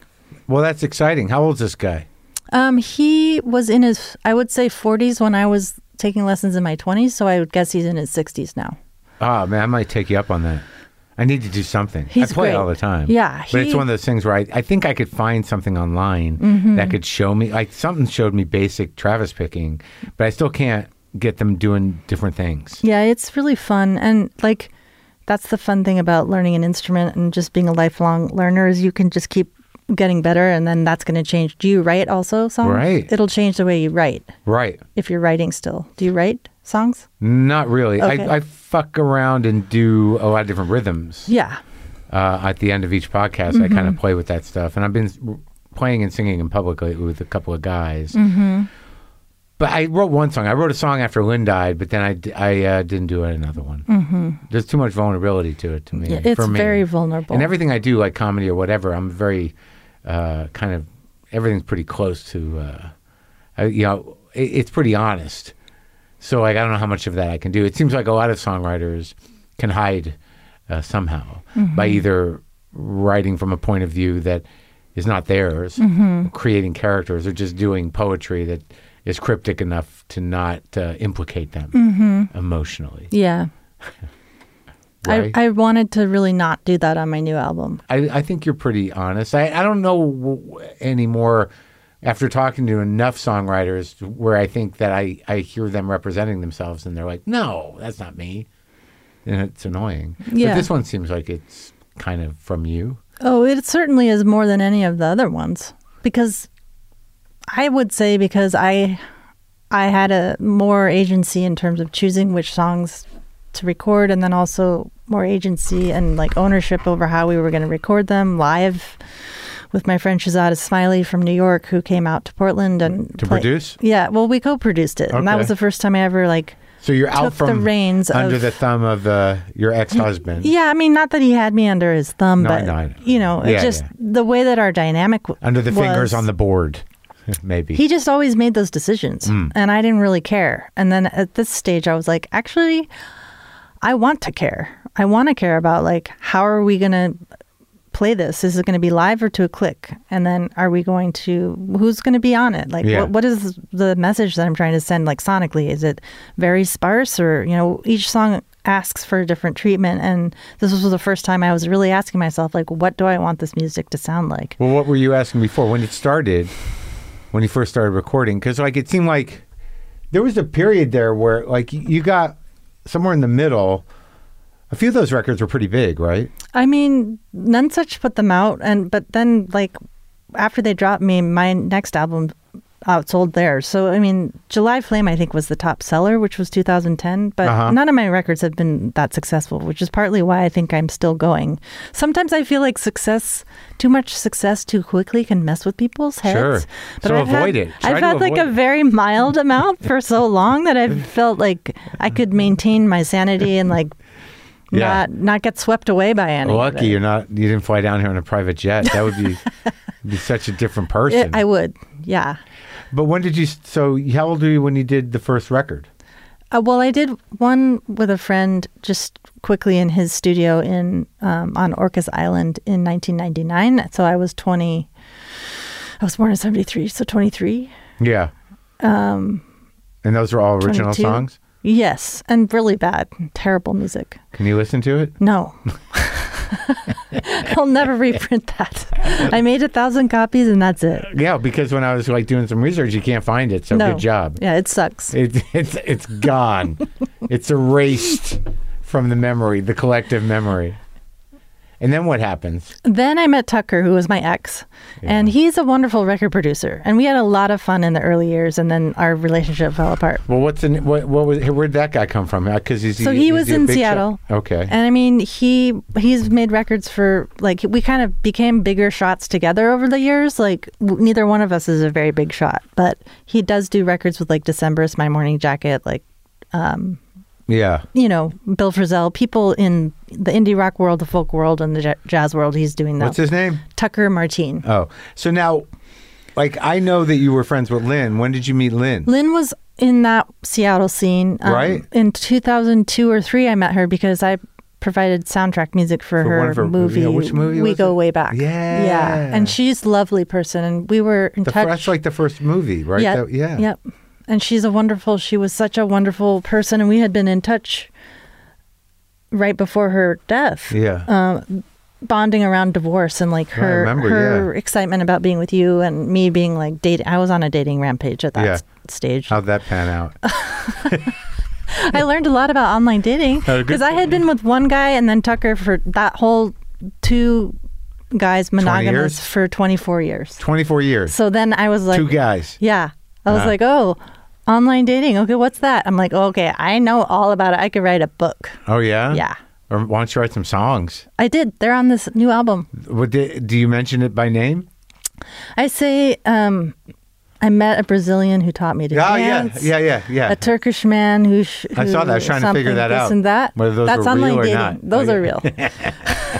Speaker 2: Well, that's exciting. How old's this guy?
Speaker 3: Um, he was in his, I would say, 40s when I was taking lessons in my 20s. So I would guess he's in his 60s now.
Speaker 2: Ah, man, I might take you up on that. I need to do something.
Speaker 3: He's
Speaker 2: I play
Speaker 3: great.
Speaker 2: all the time.
Speaker 3: Yeah,
Speaker 2: but it's
Speaker 3: he- Mm-hmm.
Speaker 2: one of those things where I, I think I could find something online that could show me. Like something showed me basic Travis picking, but I still can't get them doing different things.
Speaker 3: Yeah, it's really fun. And like, that's the fun thing about learning an instrument and just being a lifelong learner is you can just keep getting better and then that's going to change. Do you write also songs?
Speaker 2: Right.
Speaker 3: It'll change the way you write
Speaker 2: Right?
Speaker 3: if you're writing still. Do you write songs?
Speaker 2: Not really.
Speaker 3: Okay.
Speaker 2: I, I fuck around and do a lot of different rhythms.
Speaker 3: Yeah.
Speaker 2: uh, at the end of each podcast, I kind
Speaker 3: Mm-hmm.
Speaker 2: of play with that stuff. And I've been s- r- playing and singing in public lately with a couple of guys. Mm-hmm. But I wrote one song. I wrote a song after Lynn died, but then I, d- I, uh, didn't do another one. Mm-hmm. There's too much vulnerability to it to me.
Speaker 3: Yeah, it's
Speaker 2: for me.
Speaker 3: very vulnerable.
Speaker 2: And everything I do, like comedy or whatever, I'm very uh, kind of everything's pretty close to, uh, I, you know, it, it's pretty honest. So like I don't know how much of that I can do. It seems like a lot of songwriters can hide uh, somehow by either writing from a point of view that is not theirs, creating characters, or just doing poetry that is cryptic enough to not uh, implicate them emotionally.
Speaker 3: Yeah.
Speaker 2: Right.
Speaker 3: I, I wanted to really not do that on my new album.
Speaker 2: I, I think you're pretty honest. I, I don't know w- anymore after talking to enough songwriters where I think that I, I hear them representing themselves and they're like, no, that's not me. And it's annoying.
Speaker 3: Yeah.
Speaker 2: But this one seems like it's kind of from you.
Speaker 3: Oh, it certainly is more than any of the other ones because I would say because I I had a more agency in terms of choosing which songs to record and then also more agency and like ownership over how we were going to record them live with my friend Shazada Smiley from New York who came out to Portland and
Speaker 2: To produce?
Speaker 3: Yeah, well we co-produced it and that
Speaker 2: Okay.
Speaker 3: was the first time I ever like
Speaker 2: So you're out
Speaker 3: Took the
Speaker 2: from
Speaker 3: reins
Speaker 2: under
Speaker 3: of-
Speaker 2: the thumb of uh, your ex husband.
Speaker 3: yeah, I mean, not that he had me under his thumb,
Speaker 2: No, I
Speaker 3: but
Speaker 2: know, I know.
Speaker 3: you know, it
Speaker 2: Yeah,
Speaker 3: just
Speaker 2: yeah.
Speaker 3: the way that our dynamic w-
Speaker 2: Under the fingers
Speaker 3: was-
Speaker 2: on the board, (laughs) maybe.
Speaker 3: He just always made those decisions, and I didn't really care. And then at this stage, I was like, actually, I want to care. I want to care about like how are we gonna play this? Is it gonna be live or to a click? And then are we going to who's gonna be on it? Like
Speaker 2: Yeah.
Speaker 3: what, what is the message that I'm trying to send? Like sonically, is it very sparse or you know each song asks for a different treatment? And this was the first time I was really asking myself like, what do I want this music to sound like?
Speaker 2: Well, what were you asking before when it started, when you first started recording? Because like it seemed like there was a period there where like y- you got somewhere in the middle. A few of those records were pretty big, right?
Speaker 3: I mean, none such put them out, and but then like after they dropped me, my next album outsold theirs. So I mean, July Flame I think was the top seller, which was 2010. But
Speaker 2: Uh-huh.
Speaker 3: none of my records have been that successful, which is partly why I think I'm still going. Sometimes I feel like success, too much success too quickly, can mess with people's heads.
Speaker 2: Sure.
Speaker 3: But
Speaker 2: So
Speaker 3: I've
Speaker 2: avoid it.
Speaker 3: had,
Speaker 2: Try
Speaker 3: I've
Speaker 2: to
Speaker 3: had like
Speaker 2: avoid
Speaker 3: a
Speaker 2: it.
Speaker 3: very mild amount for
Speaker 2: (laughs)
Speaker 3: so long that I've felt like I could maintain my sanity and like.
Speaker 2: Yeah.
Speaker 3: Not not get swept away by any. of
Speaker 2: Lucky
Speaker 3: it.
Speaker 2: you're not. You didn't fly down here in a private jet. That would
Speaker 3: (laughs)
Speaker 2: be be such a different
Speaker 3: It,
Speaker 2: person.
Speaker 3: I would, yeah.
Speaker 2: but when did you? s- So how old were you when you did the first record?
Speaker 3: Uh, well, I did one with a friend just quickly in his studio in um, on Orcas Island in 1999. So I was 20. I was born in 73, so 23.
Speaker 2: Yeah. Um.
Speaker 3: Um,
Speaker 2: And those were all original
Speaker 3: 22.
Speaker 2: songs.
Speaker 3: Yes, and really bad, terrible music.
Speaker 2: Can you listen to it?
Speaker 3: No. (laughs) I'll never reprint that. I made a thousand copies and that's it.
Speaker 2: Yeah, because when I was like doing some research, you can't find it. So
Speaker 3: no.
Speaker 2: good job.
Speaker 3: Yeah, it sucks.
Speaker 2: It, it's it's gone. it's erased from the memory, the collective memory. And then what happens?
Speaker 3: Then I met Tucker, who was my ex, and he's a wonderful record producer. And we had a lot of fun in the early years, and then our relationship fell apart.
Speaker 2: Well, what's the what, what was where'd that guy come from? Because he's
Speaker 3: So he was in Seattle.
Speaker 2: Okay.
Speaker 3: And I mean, he he's made records for like we kind of became bigger shots together over the years. Like w- neither one of us is a very big shot, but he does do records with like Decemberist, My Morning Jacket, like
Speaker 2: yeah.
Speaker 3: you know Bill Frisell, people in the indie rock world, the folk world, and the j- jazz world. He's doing that.
Speaker 2: What's his name?
Speaker 3: Tucker Martine.
Speaker 2: Oh, so now, like I know that you were friends with Lynn. When did you meet Lynn?
Speaker 3: Lynn was in that Seattle scene. um,
Speaker 2: Right.
Speaker 3: In 2002 or 3, I met her because I provided soundtrack music for,
Speaker 2: For one
Speaker 3: her
Speaker 2: of her-
Speaker 3: movie.
Speaker 2: yeah, which movie
Speaker 3: We
Speaker 2: was
Speaker 3: Go
Speaker 2: it?
Speaker 3: Way Back.
Speaker 2: Yeah.
Speaker 3: Yeah. And she's a lovely person. And we were in
Speaker 2: The
Speaker 3: touch.
Speaker 2: fir- that's like the first movie, right?
Speaker 3: Yep.
Speaker 2: That- yeah.
Speaker 3: Yep. And she's a wonderful, she was such a wonderful person. And we had been in touch right before her death.
Speaker 2: Yeah.
Speaker 3: Uh, Bonding around divorce and like her
Speaker 2: remember,
Speaker 3: her
Speaker 2: yeah.
Speaker 3: excitement about being with you and me being like dating. I was on a dating rampage at that
Speaker 2: Yeah.
Speaker 3: s- stage.
Speaker 2: How'd that pan out?
Speaker 3: uh, I learned a lot about online dating
Speaker 2: good
Speaker 3: because I had been with one guy and then Tucker for that whole two guys monogamous
Speaker 2: years?
Speaker 3: for 24 years.
Speaker 2: Twenty-four years.
Speaker 3: So then I was like,
Speaker 2: Two guys.
Speaker 3: yeah, I was
Speaker 2: Ah.
Speaker 3: like, oh, online dating. Okay, what's that? I'm like, oh, okay, I know all about it. I could write a book.
Speaker 2: Oh yeah.
Speaker 3: Yeah.
Speaker 2: Or why don't you write some songs?
Speaker 3: I did. They're on this new album.
Speaker 2: What di- do you mention it by name?
Speaker 3: I say, um, I met a Brazilian who taught me to
Speaker 2: Oh yeah,
Speaker 3: dance.
Speaker 2: yeah, yeah, yeah.
Speaker 3: A Turkish man who, sh-
Speaker 2: I saw that. I was
Speaker 3: who
Speaker 2: trying to figure
Speaker 3: something,
Speaker 2: that
Speaker 3: this
Speaker 2: out,
Speaker 3: And that.
Speaker 2: whether those
Speaker 3: That's
Speaker 2: were real
Speaker 3: online
Speaker 2: or
Speaker 3: dating.
Speaker 2: not.
Speaker 3: Those
Speaker 2: Oh,
Speaker 3: are
Speaker 2: (laughs)
Speaker 3: real. (laughs)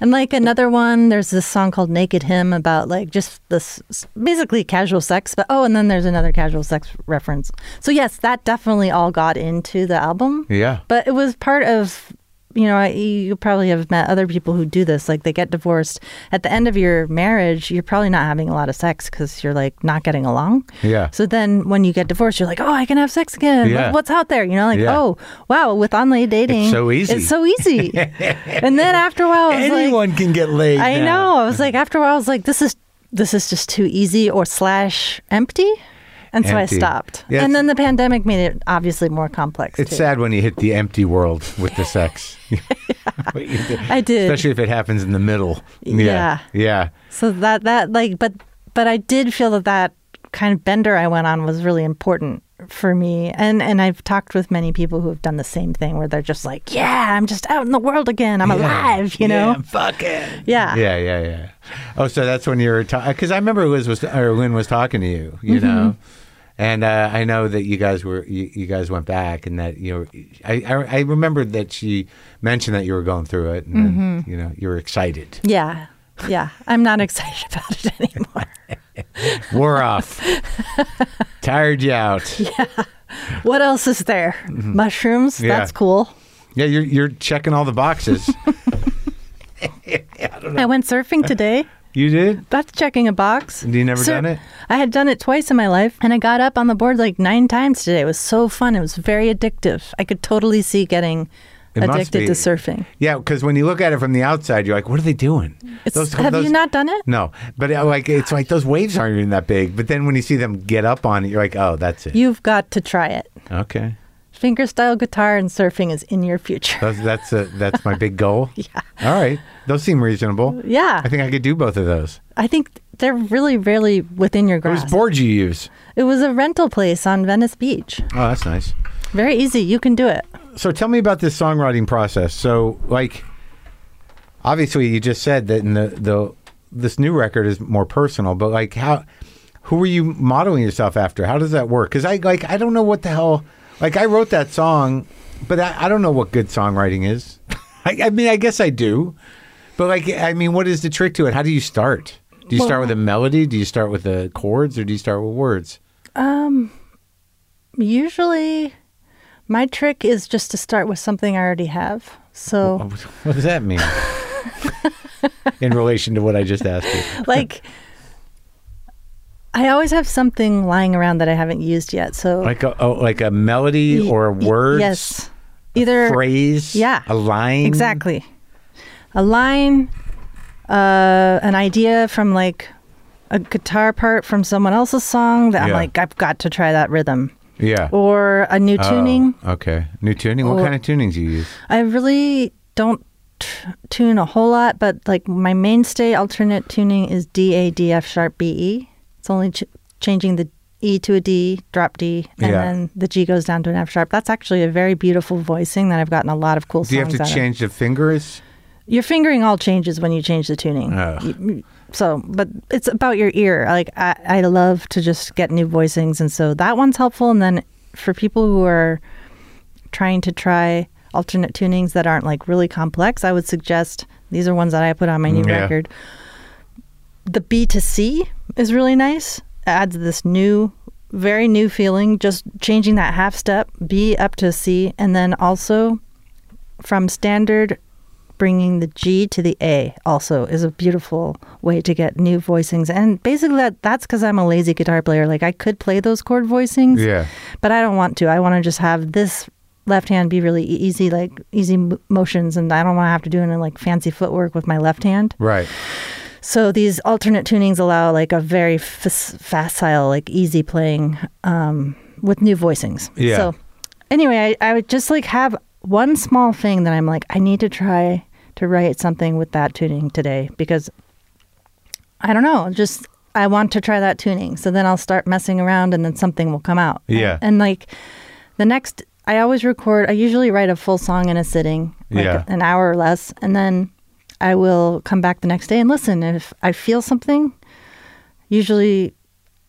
Speaker 3: and like another one, there's this song called "Naked Him" about like just this basically casual sex. But oh, and then there's another casual sex reference. So yes, that definitely all got into the album.
Speaker 2: yeah.
Speaker 3: But it was part of, you know, I- you probably have met other people who do this. Like they get divorced at the end of your marriage, you're probably not having a lot of sex because you're like not getting along.
Speaker 2: Yeah.
Speaker 3: So then when you get divorced, you're like, oh, I can have sex again. Look
Speaker 2: Yeah.
Speaker 3: What's out there? You know, like,
Speaker 2: Yeah.
Speaker 3: oh, wow, with online dating,
Speaker 2: It's so easy.
Speaker 3: It's so
Speaker 2: (laughs)
Speaker 3: easy. and then after a while, I was like,
Speaker 2: Anyone can get laid.
Speaker 3: I
Speaker 2: now.
Speaker 3: know. I was like, after a while, I was like, this is this is just too easy or slash empty. And so
Speaker 2: Empty.
Speaker 3: I stopped.
Speaker 2: Yeah,
Speaker 3: and
Speaker 2: it's-
Speaker 3: then the pandemic made it obviously more complex.
Speaker 2: It's
Speaker 3: too.
Speaker 2: sad when you hit the empty world with the
Speaker 3: (laughs)
Speaker 2: sex. (laughs)
Speaker 3: I did.
Speaker 2: Especially if it happens in the middle.
Speaker 3: Yeah.
Speaker 2: Yeah.
Speaker 3: So that that like, but but I did feel that that kind of bender I went on was really important for me, and and I've talked with many people who have done the same thing, where they're just like, yeah, I'm just out in the world again, I'm alive, you know,
Speaker 2: fucking.
Speaker 3: yeah.
Speaker 2: Yeah, yeah, yeah. Oh, so that's when you're because I remember Liz was or Lynn was talking to you, you
Speaker 3: Mm-hmm.
Speaker 2: know, and uh, I know that you guys were you, you guys went back and that you know I, I I remembered that she mentioned that you were going through it and then,
Speaker 3: Mm-hmm.
Speaker 2: you know you were excited.
Speaker 3: yeah. Yeah, I'm not (laughs) excited about it anymore.
Speaker 2: We're off, (laughs) tired you out. Yeah,
Speaker 3: What else is there? Mushrooms.
Speaker 2: Yeah.
Speaker 3: That's cool.
Speaker 2: you're you're checking all the
Speaker 3: (laughs)
Speaker 2: boxes.
Speaker 3: I went surfing today.
Speaker 2: you did.
Speaker 3: That's checking a box.
Speaker 2: You never done it?
Speaker 3: I had done it twice in my life, and I got up on the board like nine times today. It was so fun. It was very addictive. I could totally see getting
Speaker 2: It must
Speaker 3: addicted
Speaker 2: be.
Speaker 3: to surfing.
Speaker 2: Yeah, because when you look at it from the outside, you're like, what are they doing?
Speaker 3: It's, have you not done it?
Speaker 2: No, but uh, like it's like those waves aren't even that big. But then when you see them get up on it, you're like, oh, that's it.
Speaker 3: You've got to try it.
Speaker 2: okay,
Speaker 3: Fingerstyle guitar and surfing is in your future.
Speaker 2: that's that's a, that's my big
Speaker 3: (laughs)
Speaker 2: goal. yeah. All right, those seem reasonable.
Speaker 3: Yeah.
Speaker 2: I think I could do both of those.
Speaker 3: I think they're really, really within your
Speaker 2: What was
Speaker 3: grasp.
Speaker 2: board you use?
Speaker 3: it was a rental place on Venice Beach.
Speaker 2: Oh, that's nice.
Speaker 3: Very easy. You can do it.
Speaker 2: So tell me about this songwriting process. So like, obviously, you just said that in the the this new record is more personal, but like how. Who were you modeling yourself after? How does that work? Because I like I don't know what the hell. Like I wrote that song, but I, I don't know what good songwriting is. (laughs) I, I mean, I guess I do, but like I mean, what is the trick to it? How do you start? Do you start with a melody? Do you start with the chords, or do you start with words? (laughs)
Speaker 3: Usually, my trick is just to start with something I already have. So.
Speaker 2: What does that mean? in relation to what I just asked you.
Speaker 3: (laughs) like I always have something lying around that I haven't used yet. So
Speaker 2: like a oh, like a melody
Speaker 3: Y-
Speaker 2: or a
Speaker 3: y-
Speaker 2: word
Speaker 3: yes, either
Speaker 2: phrase
Speaker 3: Yeah.
Speaker 2: a line
Speaker 3: exactly a line, uh, an idea from like a guitar part from someone else's song that I'm
Speaker 2: Yeah.
Speaker 3: like I've got to try that rhythm
Speaker 2: yeah
Speaker 3: or a new
Speaker 2: Oh,
Speaker 3: tuning.
Speaker 2: okay new tuning what
Speaker 3: Or-
Speaker 2: kind of tunings do you use
Speaker 3: I really don't don't tune a whole lot, but like my mainstay alternate tuning is D A D F sharp B E. It's only ch- changing the E to a D, drop D, and
Speaker 2: Yeah.
Speaker 3: then the G goes down to an F sharp. That's actually a very beautiful voicing that I've gotten a lot of cool
Speaker 2: Do you have
Speaker 3: songs
Speaker 2: to
Speaker 3: out of.
Speaker 2: change the fingers?
Speaker 3: Your fingering all changes when you change the tuning.
Speaker 2: Ugh.
Speaker 3: You- you- So, but it's about your ear. Like I, I love to just get new voicings, and so that one's helpful. And then for people who are trying to try alternate tunings that aren't like really complex, I would suggest these are ones that I put on my new
Speaker 2: Yeah.
Speaker 3: record. The B to C is really nice. Adds this new, very new feeling. Just changing that half step B up to C, and then also from standard bringing the G to the A also is a beautiful way to get new voicings. And basically, that that's because I'm a lazy guitar player. Like I could play those chord voicings,
Speaker 2: Yeah.
Speaker 3: but I don't want to. I want to just have this left hand be really e- easy, like easy m- motions, and I don't want to have to do any like fancy footwork with my left hand.
Speaker 2: Right.
Speaker 3: So these alternate tunings allow like a very f- facile, like easy playing um, with new voicings.
Speaker 2: Yeah.
Speaker 3: So anyway, I, I would just like have one small thing that I'm like, I need to try to write something with that tuning today because I don't know, just I want to try that tuning. So then I'll start messing around and then something will come out.
Speaker 2: Yeah.
Speaker 3: And, like the next, I always record, I usually write a full song in a sitting, like
Speaker 2: Yeah.
Speaker 3: an hour or less. And then I will come back the next day and listen. If I feel something, usually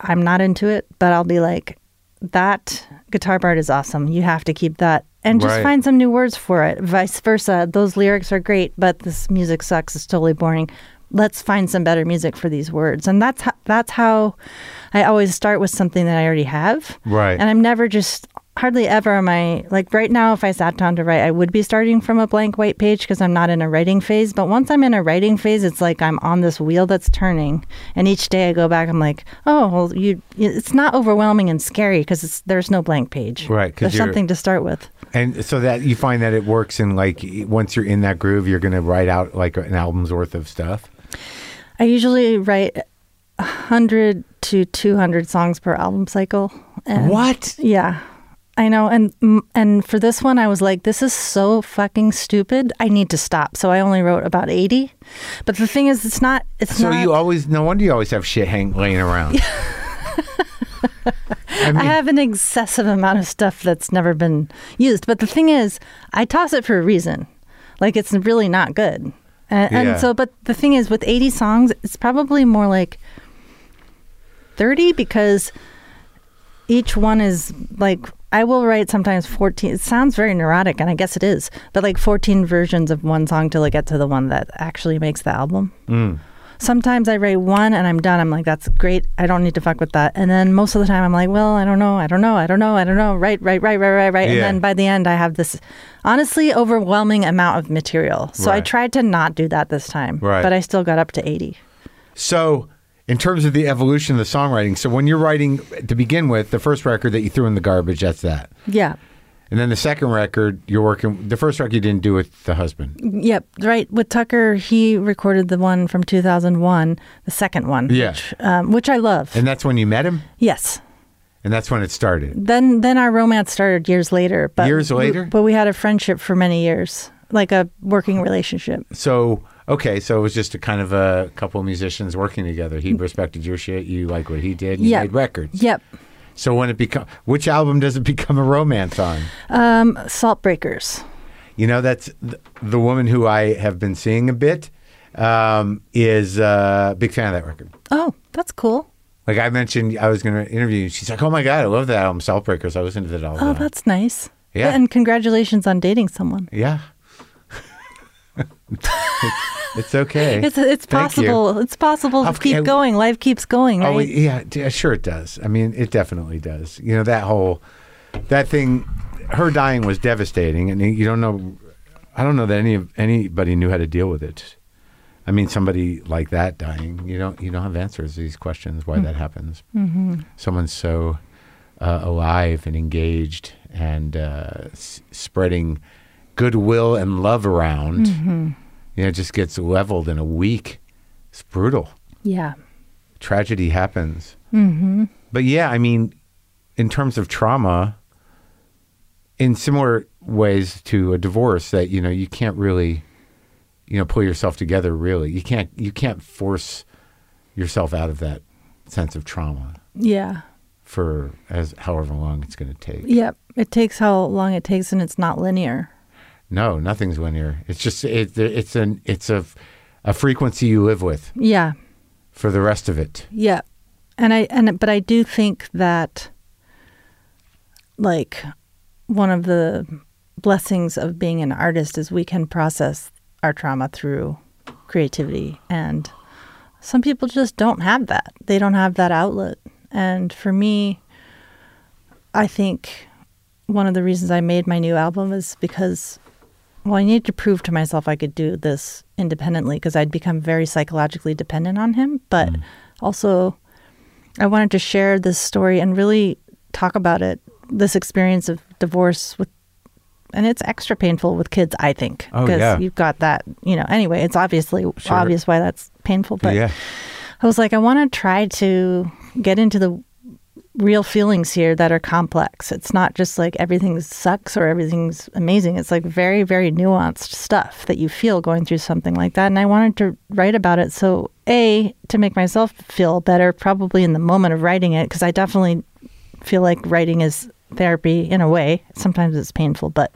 Speaker 3: I'm not into it, but I'll be like, that guitar part is awesome. You have to keep that. And just
Speaker 2: Right.
Speaker 3: find some new words for it. Vice versa. Those lyrics are great, but this music sucks. It's totally boring. Let's find some better music for these words. And that's how, that's how I always start with something that I already have.
Speaker 2: Right.
Speaker 3: And I'm never just hardly ever am I like right now if I sat down to write I would be starting from a blank white page because I'm not in a writing phase but once I'm in a writing phase it's like I'm on this wheel that's turning and each day I go back I'm like oh well you it's not overwhelming and scary because it's there's no blank page
Speaker 2: Right, 'cause
Speaker 3: there's
Speaker 2: you're-
Speaker 3: something to start with
Speaker 2: And so that you find that it works in like e- once you're in that groove, you're going to write out like an album's worth of stuff.
Speaker 3: I usually write 100 to 200 songs per album cycle and
Speaker 2: What?
Speaker 3: Yeah. I know and mm, and for this one I was like this is so fucking stupid. I need to stop. So I only wrote about 80. But the thing is it's not it's
Speaker 2: So
Speaker 3: not
Speaker 2: you always, no wonder you always have shit hang laying around. I
Speaker 3: (laughs) I
Speaker 2: mean,
Speaker 3: have an excessive amount of stuff that's never been used. But the thing is, I toss it for a reason. Like it's really not good. And,
Speaker 2: Yeah.
Speaker 3: and so, but the thing is, with 80 songs, it's probably more like 30 because each one is like, I will write sometimes 14. It sounds very neurotic, and I guess it is, but like 14 versions of one song till I get to the one that actually makes the album.
Speaker 2: Mm.
Speaker 3: Sometimes I write one and I'm done. I'm like, that's great. I don't need to fuck with that. And then most of the time I'm like, well, I don't know. I don't know. I don't know. I don't know. Right, right, right, right, right, right. And
Speaker 2: Yeah.
Speaker 3: then by the end, I have this honestly overwhelming amount of material. So I
Speaker 2: Right.
Speaker 3: tried to not do that this time.
Speaker 2: Right.
Speaker 3: But I still got up to 80.
Speaker 2: so in terms of the evolution of the songwriting, so when you're writing to begin with, the first record that you threw in the garbage, that's that.
Speaker 3: Yeah.
Speaker 2: And then the second record, you're working, the first record you didn't do with the husband.
Speaker 3: Yep. Right. With Tucker, he recorded the one from 2001, the second one.
Speaker 2: Yeah.
Speaker 3: Which, um, which I love.
Speaker 2: And that's when you met him?
Speaker 3: yes.
Speaker 2: And that's when it started.
Speaker 3: Then then our romance started years later. But
Speaker 2: Years
Speaker 3: we-
Speaker 2: later?
Speaker 3: but we had a friendship for many years, like a working relationship.
Speaker 2: So, okay, so it was just a kind of a couple of musicians working together. He respected your shit, you like what he did, and you
Speaker 3: Yeah.
Speaker 2: made records.
Speaker 3: Yep.
Speaker 2: So when it become which album does it (laughs) become a romance on?
Speaker 3: Um, salt breakers.
Speaker 2: You know, that's th- the woman who I have been seeing a bit um, is a uh, big fan of that record.
Speaker 3: Oh, that's cool.
Speaker 2: Like I mentioned, I was going to interview you. She's like, "Oh my god, I love that album, Saltbreakers. I listen to that all the
Speaker 3: Oh,
Speaker 2: time."
Speaker 3: that's nice.
Speaker 2: Yeah.
Speaker 3: And congratulations on dating someone.
Speaker 2: yeah, (laughs) it's okay.
Speaker 3: It's it's
Speaker 2: Thank you.
Speaker 3: possible. It's possible to
Speaker 2: Of-
Speaker 3: keep
Speaker 2: and-
Speaker 3: going. Life keeps going, right?
Speaker 2: Oh wait, yeah, d- sure it does. I mean, it definitely does. You know that whole that thing. Her dying was devastating, and you don't know. I don't know that any of anybody knew how to deal with it. I mean, somebody like that dying, you don't you don't have answers to these questions why that happens. Mm-hmm. Someone's so uh, alive and engaged and uh, s- spreading goodwill and love around. You know, it just gets leveled in a week. It's brutal
Speaker 3: yeah.
Speaker 2: tragedy happens. Mm-hmm. But yeah, I mean, in terms of trauma, in similar ways to a divorce, that you know you can't really you know pull yourself together really you can't you can't force yourself out of that sense of trauma
Speaker 3: Yeah.
Speaker 2: for as however long it's going to take
Speaker 3: Yep. It takes how long it takes, and it's not linear.
Speaker 2: no nothing's linear it's just it, it's an it's a a frequency you live with
Speaker 3: Yeah.
Speaker 2: for the rest of it
Speaker 3: Yeah. And I and but I do think that like one of the blessings of being an artist is we can process our trauma through creativity and some people just don't have that. They don't have that outlet. And for me I think one of the reasons I made my new album is because well I needed to prove to myself I could do this independently because I'd become very psychologically dependent on him, but
Speaker 2: Mm.
Speaker 3: also I wanted to share this story and really talk about it. This experience of divorce with, and it's extra painful with kids, I think,
Speaker 2: Oh,
Speaker 3: because
Speaker 2: yeah.
Speaker 3: you've got that. You know, anyway, it's obviously
Speaker 2: Sure.
Speaker 3: obvious why that's painful. But I was like, I want to try to get into the real feelings here that are complex. It's not just like everything sucks or everything's amazing. It's like very, very nuanced stuff that you feel going through something like that. And I wanted to write about it. So, A, to make myself feel better, probably in the moment of writing it, because I definitely feel like writing is therapy in a way. Sometimes it's painful, but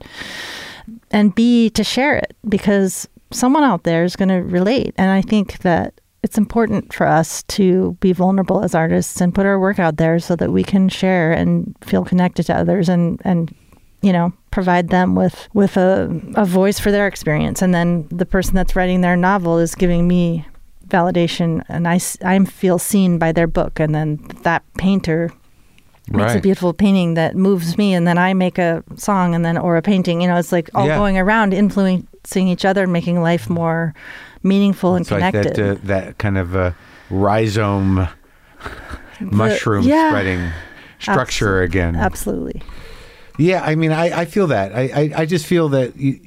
Speaker 3: and B to share it because someone out there is going to relate and I think that it's important for us to be vulnerable as artists and put our work out there so that we can share and feel connected to others and and you know provide them with with a, a voice for their experience and then the person that's writing their novel is giving me validation and I, s- I feel seen by their book and then that painter makes a
Speaker 2: Right.
Speaker 3: beautiful painting that moves me and then I make a song and then or a painting you know it's like all
Speaker 2: Yeah.
Speaker 3: going around influencing each other making life more meaningful and
Speaker 2: it's like
Speaker 3: connected
Speaker 2: that uh, that kind of uh, rhizome mushroom
Speaker 3: yeah.
Speaker 2: spreading structure again
Speaker 3: absolutely
Speaker 2: Yeah, I mean, I, I feel that. I, I, I just feel that, you,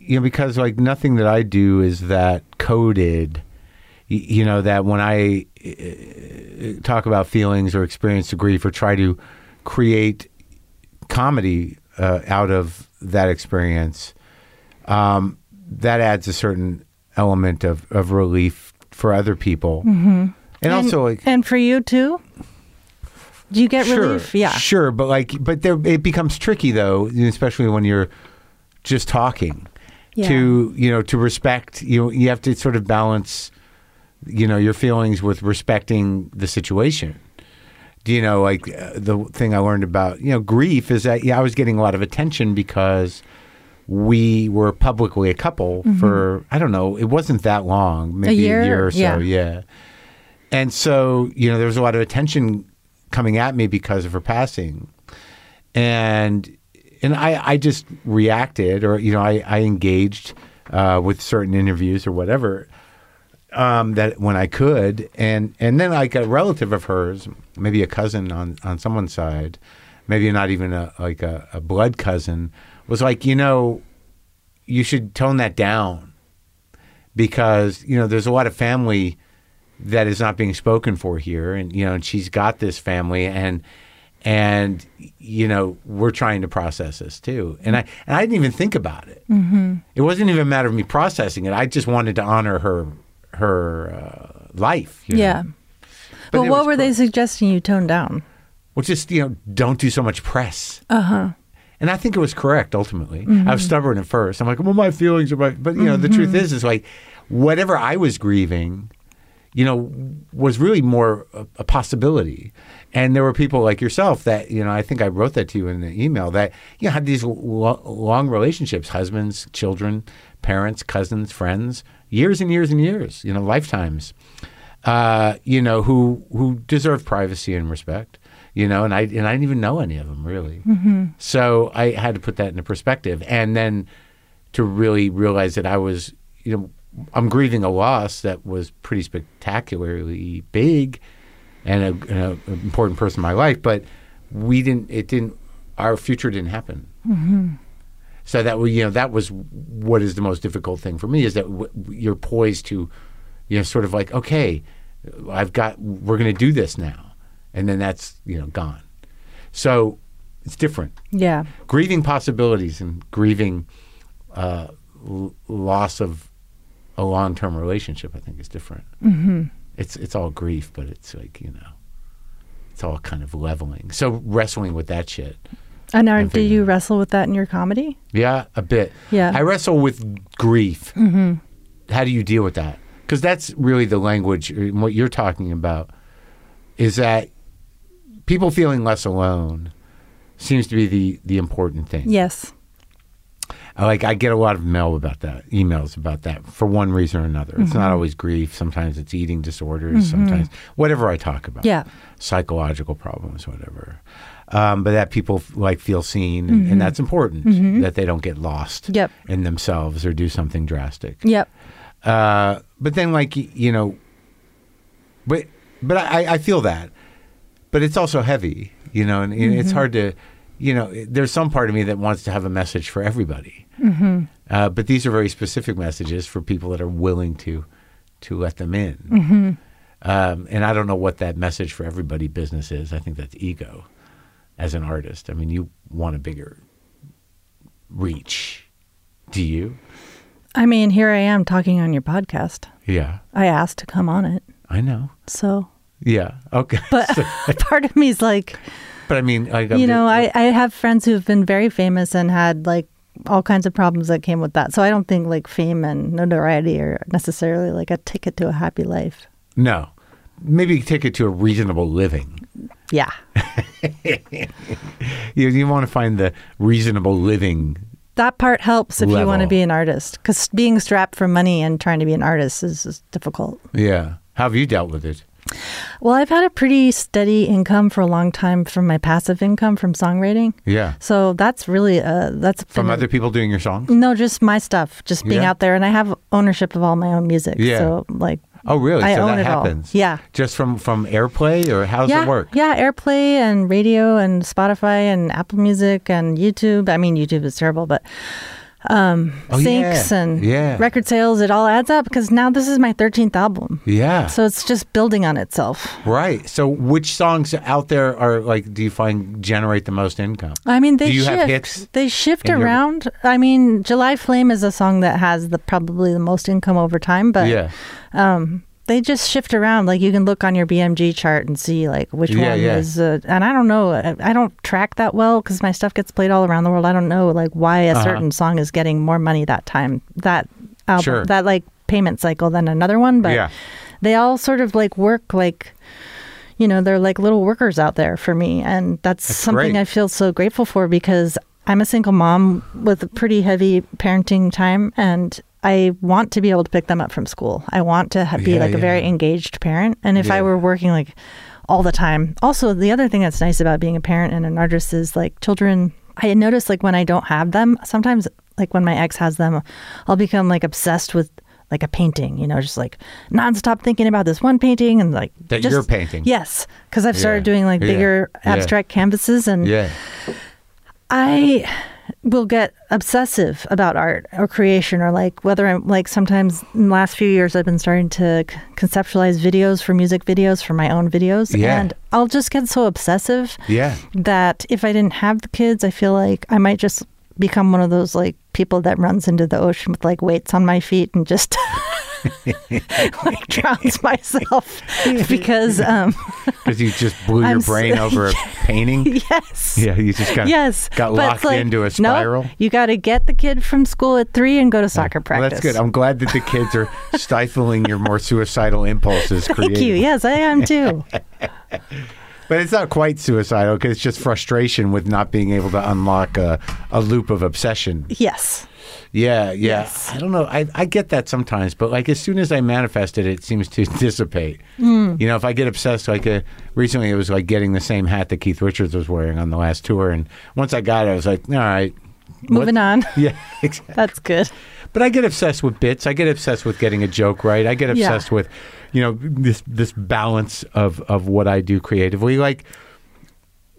Speaker 2: you know, because like nothing that I do is that coded. Y- You know, that when I uh, talk about feelings or experience the grief or try to create comedy uh, out of that experience, um, that adds a certain element of, of relief for other people. Mm-hmm. And, also, like,
Speaker 3: and for you too do you get
Speaker 2: sure,
Speaker 3: relief yeah
Speaker 2: sure, but like, but there it becomes tricky though, especially when you're just talking.
Speaker 3: Yeah.
Speaker 2: To you know, to respect you, you have to sort of balance, you know, your feelings with respecting the situation. Do you know, like uh, the thing I learned about you know grief is that yeah, I was getting a lot of attention because we were publicly a couple for I don't know, it wasn't that long, maybe a year,
Speaker 3: Mm-hmm. year?
Speaker 2: or so,
Speaker 3: Yeah.
Speaker 2: yeah. And so, you know, there was a lot of attention coming at me because of her passing. And and I, I just reacted or, you know, I, I engaged uh, with certain interviews or whatever um, that when I could. And and then like a relative of hers, maybe a cousin on, on someone's side, maybe not even a like a, a blood cousin, was like, you know, you should tone that down because you know there's a lot of family that is not being spoken for here and you know and she's got this family and and you know we're trying to process this too and i and i didn't even think about it mm-hmm. it wasn't even a matter of me processing it i just wanted to honor her her uh, life you know?
Speaker 3: yeah but,
Speaker 2: it
Speaker 3: what
Speaker 2: was
Speaker 3: were they
Speaker 2: cor-
Speaker 3: suggesting you tone down
Speaker 2: well just you know don't do so much press uh-huh and i think it was correct ultimately i was stubborn at first i'm like well my feelings are my but you know the truth is is like whatever i was grieving you know, was really more a, a possibility. And there were people like yourself that, you know, I think I wrote that to you in the email that, you know, had these lo- long relationships husbands, children, parents, cousins, friends, years and years and years, you know, lifetimes, uh, you know, who, who deserve privacy and respect. You know, and I and I didn't even know any of them really. So I had to put that into perspective, and then to really realize that I was, you know, I'm grieving a loss that was pretty spectacularly big and a- and a, an important person in my life, but we didn't, it didn't, our future didn't happen. So that we, you know, that was what is the most difficult thing for me is that w- you're poised to, you know, sort of like, okay, I've got, we're going to do this now. And then that's, you know, gone. So it's different
Speaker 3: yeah
Speaker 2: grieving possibilities and grieving uh, l- loss of a long term relationship, I think, is different. It's it's all grief, but it's like you know, it's all kind of leveling. So wrestling with that shit.
Speaker 3: And are, do
Speaker 2: figured
Speaker 3: you wrestle with that in your comedy?
Speaker 2: Yeah, a bit.
Speaker 3: Yeah.
Speaker 2: I wrestle with grief. Mm-hmm. How do you deal with that? Because that's really the language. and What you're talking about is that people feeling less alone seems to be the the important thing.
Speaker 3: Yes.
Speaker 2: I like I get a lot of mail about that, emails about that for one reason or another. It's
Speaker 3: Mm-hmm.
Speaker 2: not always grief. Sometimes it's eating disorders. Sometimes whatever I talk about,
Speaker 3: Yeah.
Speaker 2: psychological problems, whatever. Um, but that people f- like feel seen, and, and that's important that they don't get lost
Speaker 3: Mm-hmm. Yep.
Speaker 2: in themselves or do something drastic.
Speaker 3: Yep.
Speaker 2: Uh, but then, like y- you know, but but I, I feel that, but it's also heavy, you know, and, and it's hard to, you know, it- there's some part of me that wants to have a message for everybody, uh, but these are very specific messages for people that are willing to to let them in, um, and I don't know what that message for everybody business is. I think that's ego, as an artist. I mean, you want a bigger reach, do you?
Speaker 3: I mean, here I am talking on your podcast.
Speaker 2: Yeah,
Speaker 3: I asked to come on it.
Speaker 2: I know. (laughs)
Speaker 3: So (laughs)
Speaker 2: Yeah. Okay. (laughs) But,
Speaker 3: part of me's like,
Speaker 2: I mean, like,
Speaker 3: you know, I, I have friends who've been very famous and had like all kinds of problems that came with that. So I don't think like fame and notoriety are necessarily like a ticket to a happy life.
Speaker 2: no. Maybe take it to a reasonable living.
Speaker 3: Yeah.
Speaker 2: You, you want to find the reasonable living.
Speaker 3: That part helps if you want to
Speaker 2: Level.
Speaker 3: be an artist because being strapped for money and trying to be an artist is, is difficult.
Speaker 2: Yeah. How have you dealt with it?
Speaker 3: Well, I've had a pretty steady income for a long time from my passive income from songwriting.
Speaker 2: Yeah.
Speaker 3: So that's really, uh, that's
Speaker 2: From
Speaker 3: been-
Speaker 2: other people doing your songs?
Speaker 3: No, just my stuff, just being
Speaker 2: Yeah.
Speaker 3: out there, and I have ownership of all my own music.
Speaker 2: Yeah.
Speaker 3: So like,
Speaker 2: Oh, really?
Speaker 3: I
Speaker 2: so
Speaker 3: own
Speaker 2: that
Speaker 3: it all.
Speaker 2: happens.
Speaker 3: Yeah.
Speaker 2: Just from from airplay or how does
Speaker 3: yeah,
Speaker 2: it work?
Speaker 3: yeah, AirPlay and radio and Spotify and Apple Music and YouTube. I mean, YouTube is terrible, but um,
Speaker 2: Oh,
Speaker 3: syncs
Speaker 2: yeah.
Speaker 3: and
Speaker 2: Yeah.
Speaker 3: record sales, it all adds up because now this is my thirteenth album,
Speaker 2: Yeah.
Speaker 3: so it's just building on itself.
Speaker 2: right. So which songs out there are like do you find generate the most income?
Speaker 3: I mean, they
Speaker 2: Do you
Speaker 3: shift.
Speaker 2: have hits?
Speaker 3: They shift
Speaker 2: in your-
Speaker 3: around. I mean, July Flame is a song that has the probably the most income over time, but
Speaker 2: yeah.
Speaker 3: they just shift around. Like you can look on your BMG chart and see like which
Speaker 2: Yeah,
Speaker 3: one
Speaker 2: yeah.
Speaker 3: is. Uh, and I don't know. I, I don't track that well because my stuff gets played all around the world. I don't know like why
Speaker 2: Uh-huh.
Speaker 3: a certain song is getting more money that time that album
Speaker 2: Sure.
Speaker 3: that like payment cycle than another one. But
Speaker 2: Yeah.
Speaker 3: they all sort of like work like. You know, they're like little workers out there for me. And that's, something
Speaker 2: great.
Speaker 3: I feel so grateful for because I'm a single mom with a pretty heavy parenting time and I want to be able to pick them up from school. I want to ha- be
Speaker 2: Yeah,
Speaker 3: like a very
Speaker 2: yeah.
Speaker 3: engaged parent. And if
Speaker 2: Yeah.
Speaker 3: I were working like all the time. Also, the other thing that's nice about being a parent and an artist is like children, I notice like when I don't have them, sometimes like when my ex has them, I'll become like obsessed with like a painting, you know, just like nonstop thinking about this one painting and like
Speaker 2: That
Speaker 3: just,
Speaker 2: you're painting.
Speaker 3: Yes, because I've started
Speaker 2: Yeah.
Speaker 3: doing like
Speaker 2: Yeah.
Speaker 3: bigger
Speaker 2: Yeah.
Speaker 3: abstract canvases and
Speaker 2: Yeah.
Speaker 3: I will get obsessive about art or creation or like whether I'm like sometimes in the last few years I've been starting to c- conceptualize videos for music videos for my own videos
Speaker 2: Yeah.
Speaker 3: and I'll just get so obsessive
Speaker 2: Yeah.
Speaker 3: that if I didn't have the kids I feel like I might just become one of those like people that runs into the ocean with like weights on my feet and just (laughs)
Speaker 2: (laughs)
Speaker 3: like
Speaker 2: (laughs)
Speaker 3: drowns myself because um (laughs)
Speaker 2: Cuz you just blew your
Speaker 3: I'm s-
Speaker 2: brain
Speaker 3: (laughs)
Speaker 2: over a painting.
Speaker 3: yes
Speaker 2: Yeah, you just got
Speaker 3: (laughs) yes.
Speaker 2: got
Speaker 3: but
Speaker 2: locked
Speaker 3: it's like,
Speaker 2: into a
Speaker 3: nope,
Speaker 2: spiral.
Speaker 3: you got to get the kid from school at three and go to soccer
Speaker 2: Well, that's
Speaker 3: practice.
Speaker 2: good. I'm glad that the kids
Speaker 3: (laughs)
Speaker 2: are stifling your more suicidal impulses.
Speaker 3: Thank you.
Speaker 2: creatively.
Speaker 3: Yes, I
Speaker 2: (laughs)
Speaker 3: am too.
Speaker 2: But it's not quite suicidal because it's just frustration with not being able to unlock a, a loop of obsession.
Speaker 3: yes.
Speaker 2: Yeah, yeah.
Speaker 3: Yes.
Speaker 2: I don't know. I, I get that sometimes, but like as soon as I manifest it, it seems to (laughs) dissipate.
Speaker 3: Hmm.
Speaker 2: You know, if I get obsessed, like uh, recently it was like getting the same hat that Keith Richards was wearing on the last tour. And once I got it, I was like, all right. what-
Speaker 3: Moving on. (laughs)
Speaker 2: (laughs) Yeah, exactly.
Speaker 3: That's good.
Speaker 2: But I get obsessed with bits. I get obsessed with getting a joke right. I get
Speaker 3: Yeah.
Speaker 2: obsessed with, you know, this this balance of of what I do creatively. Like,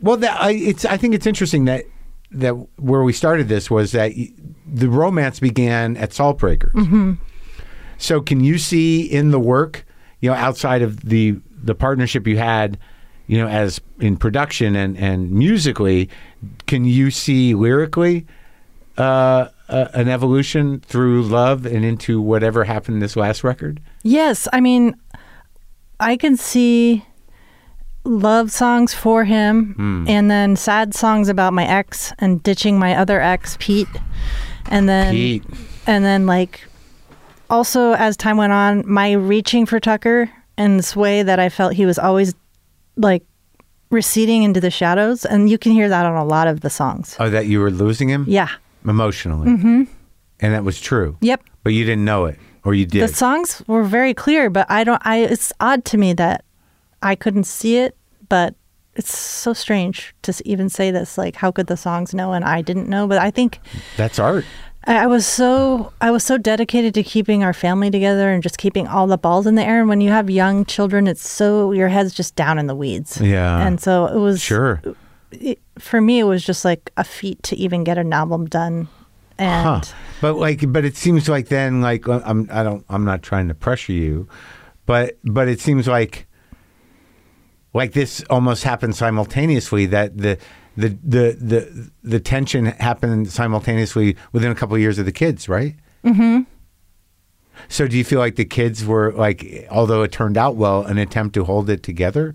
Speaker 2: well, that I it's I think it's interesting that that where we started this was that y- the romance began at Saltbreakers. So can you see in the work, you know, outside of the the partnership you had, you know, as in production and and musically, can you see lyrically uh, a, an evolution through love and into whatever happened in this last record?
Speaker 3: Yes, I mean, I can see love songs for him and then sad songs about my ex and ditching my other ex, Pete. And then
Speaker 2: Pete.
Speaker 3: and then like also as time went on, my reaching for Tucker and this way that I felt he was always like receding into the shadows and you can hear that on a lot of the songs.
Speaker 2: Oh, that you were losing him?
Speaker 3: Yeah.
Speaker 2: Emotionally. Mm-hmm. And that was true.
Speaker 3: Yep.
Speaker 2: But you didn't know it, or you did.
Speaker 3: The songs were very clear, but I don't. I it's odd to me that I couldn't see it, but it's so strange to s- even say this. Like, how could the songs know and I didn't know? But I think
Speaker 2: That's art.
Speaker 3: I, I was so I was so dedicated to keeping our family together and just keeping all the balls in the air. And when you have young children, it's so your head's just down in the weeds.
Speaker 2: Yeah.
Speaker 3: and so it was
Speaker 2: Sure.
Speaker 3: for me. It was just like a feat to even get an album done, and.
Speaker 2: But like, but it seems like then, like, uh, I'm, I don't, I'm not trying to pressure you, but, but it seems like, like this almost happened simultaneously. That the, the, the, the, the tension happened simultaneously within a couple of years of the kids, right? Mm-hmm. So, do you feel like the kids were like, although it turned out well, an attempt to hold it together?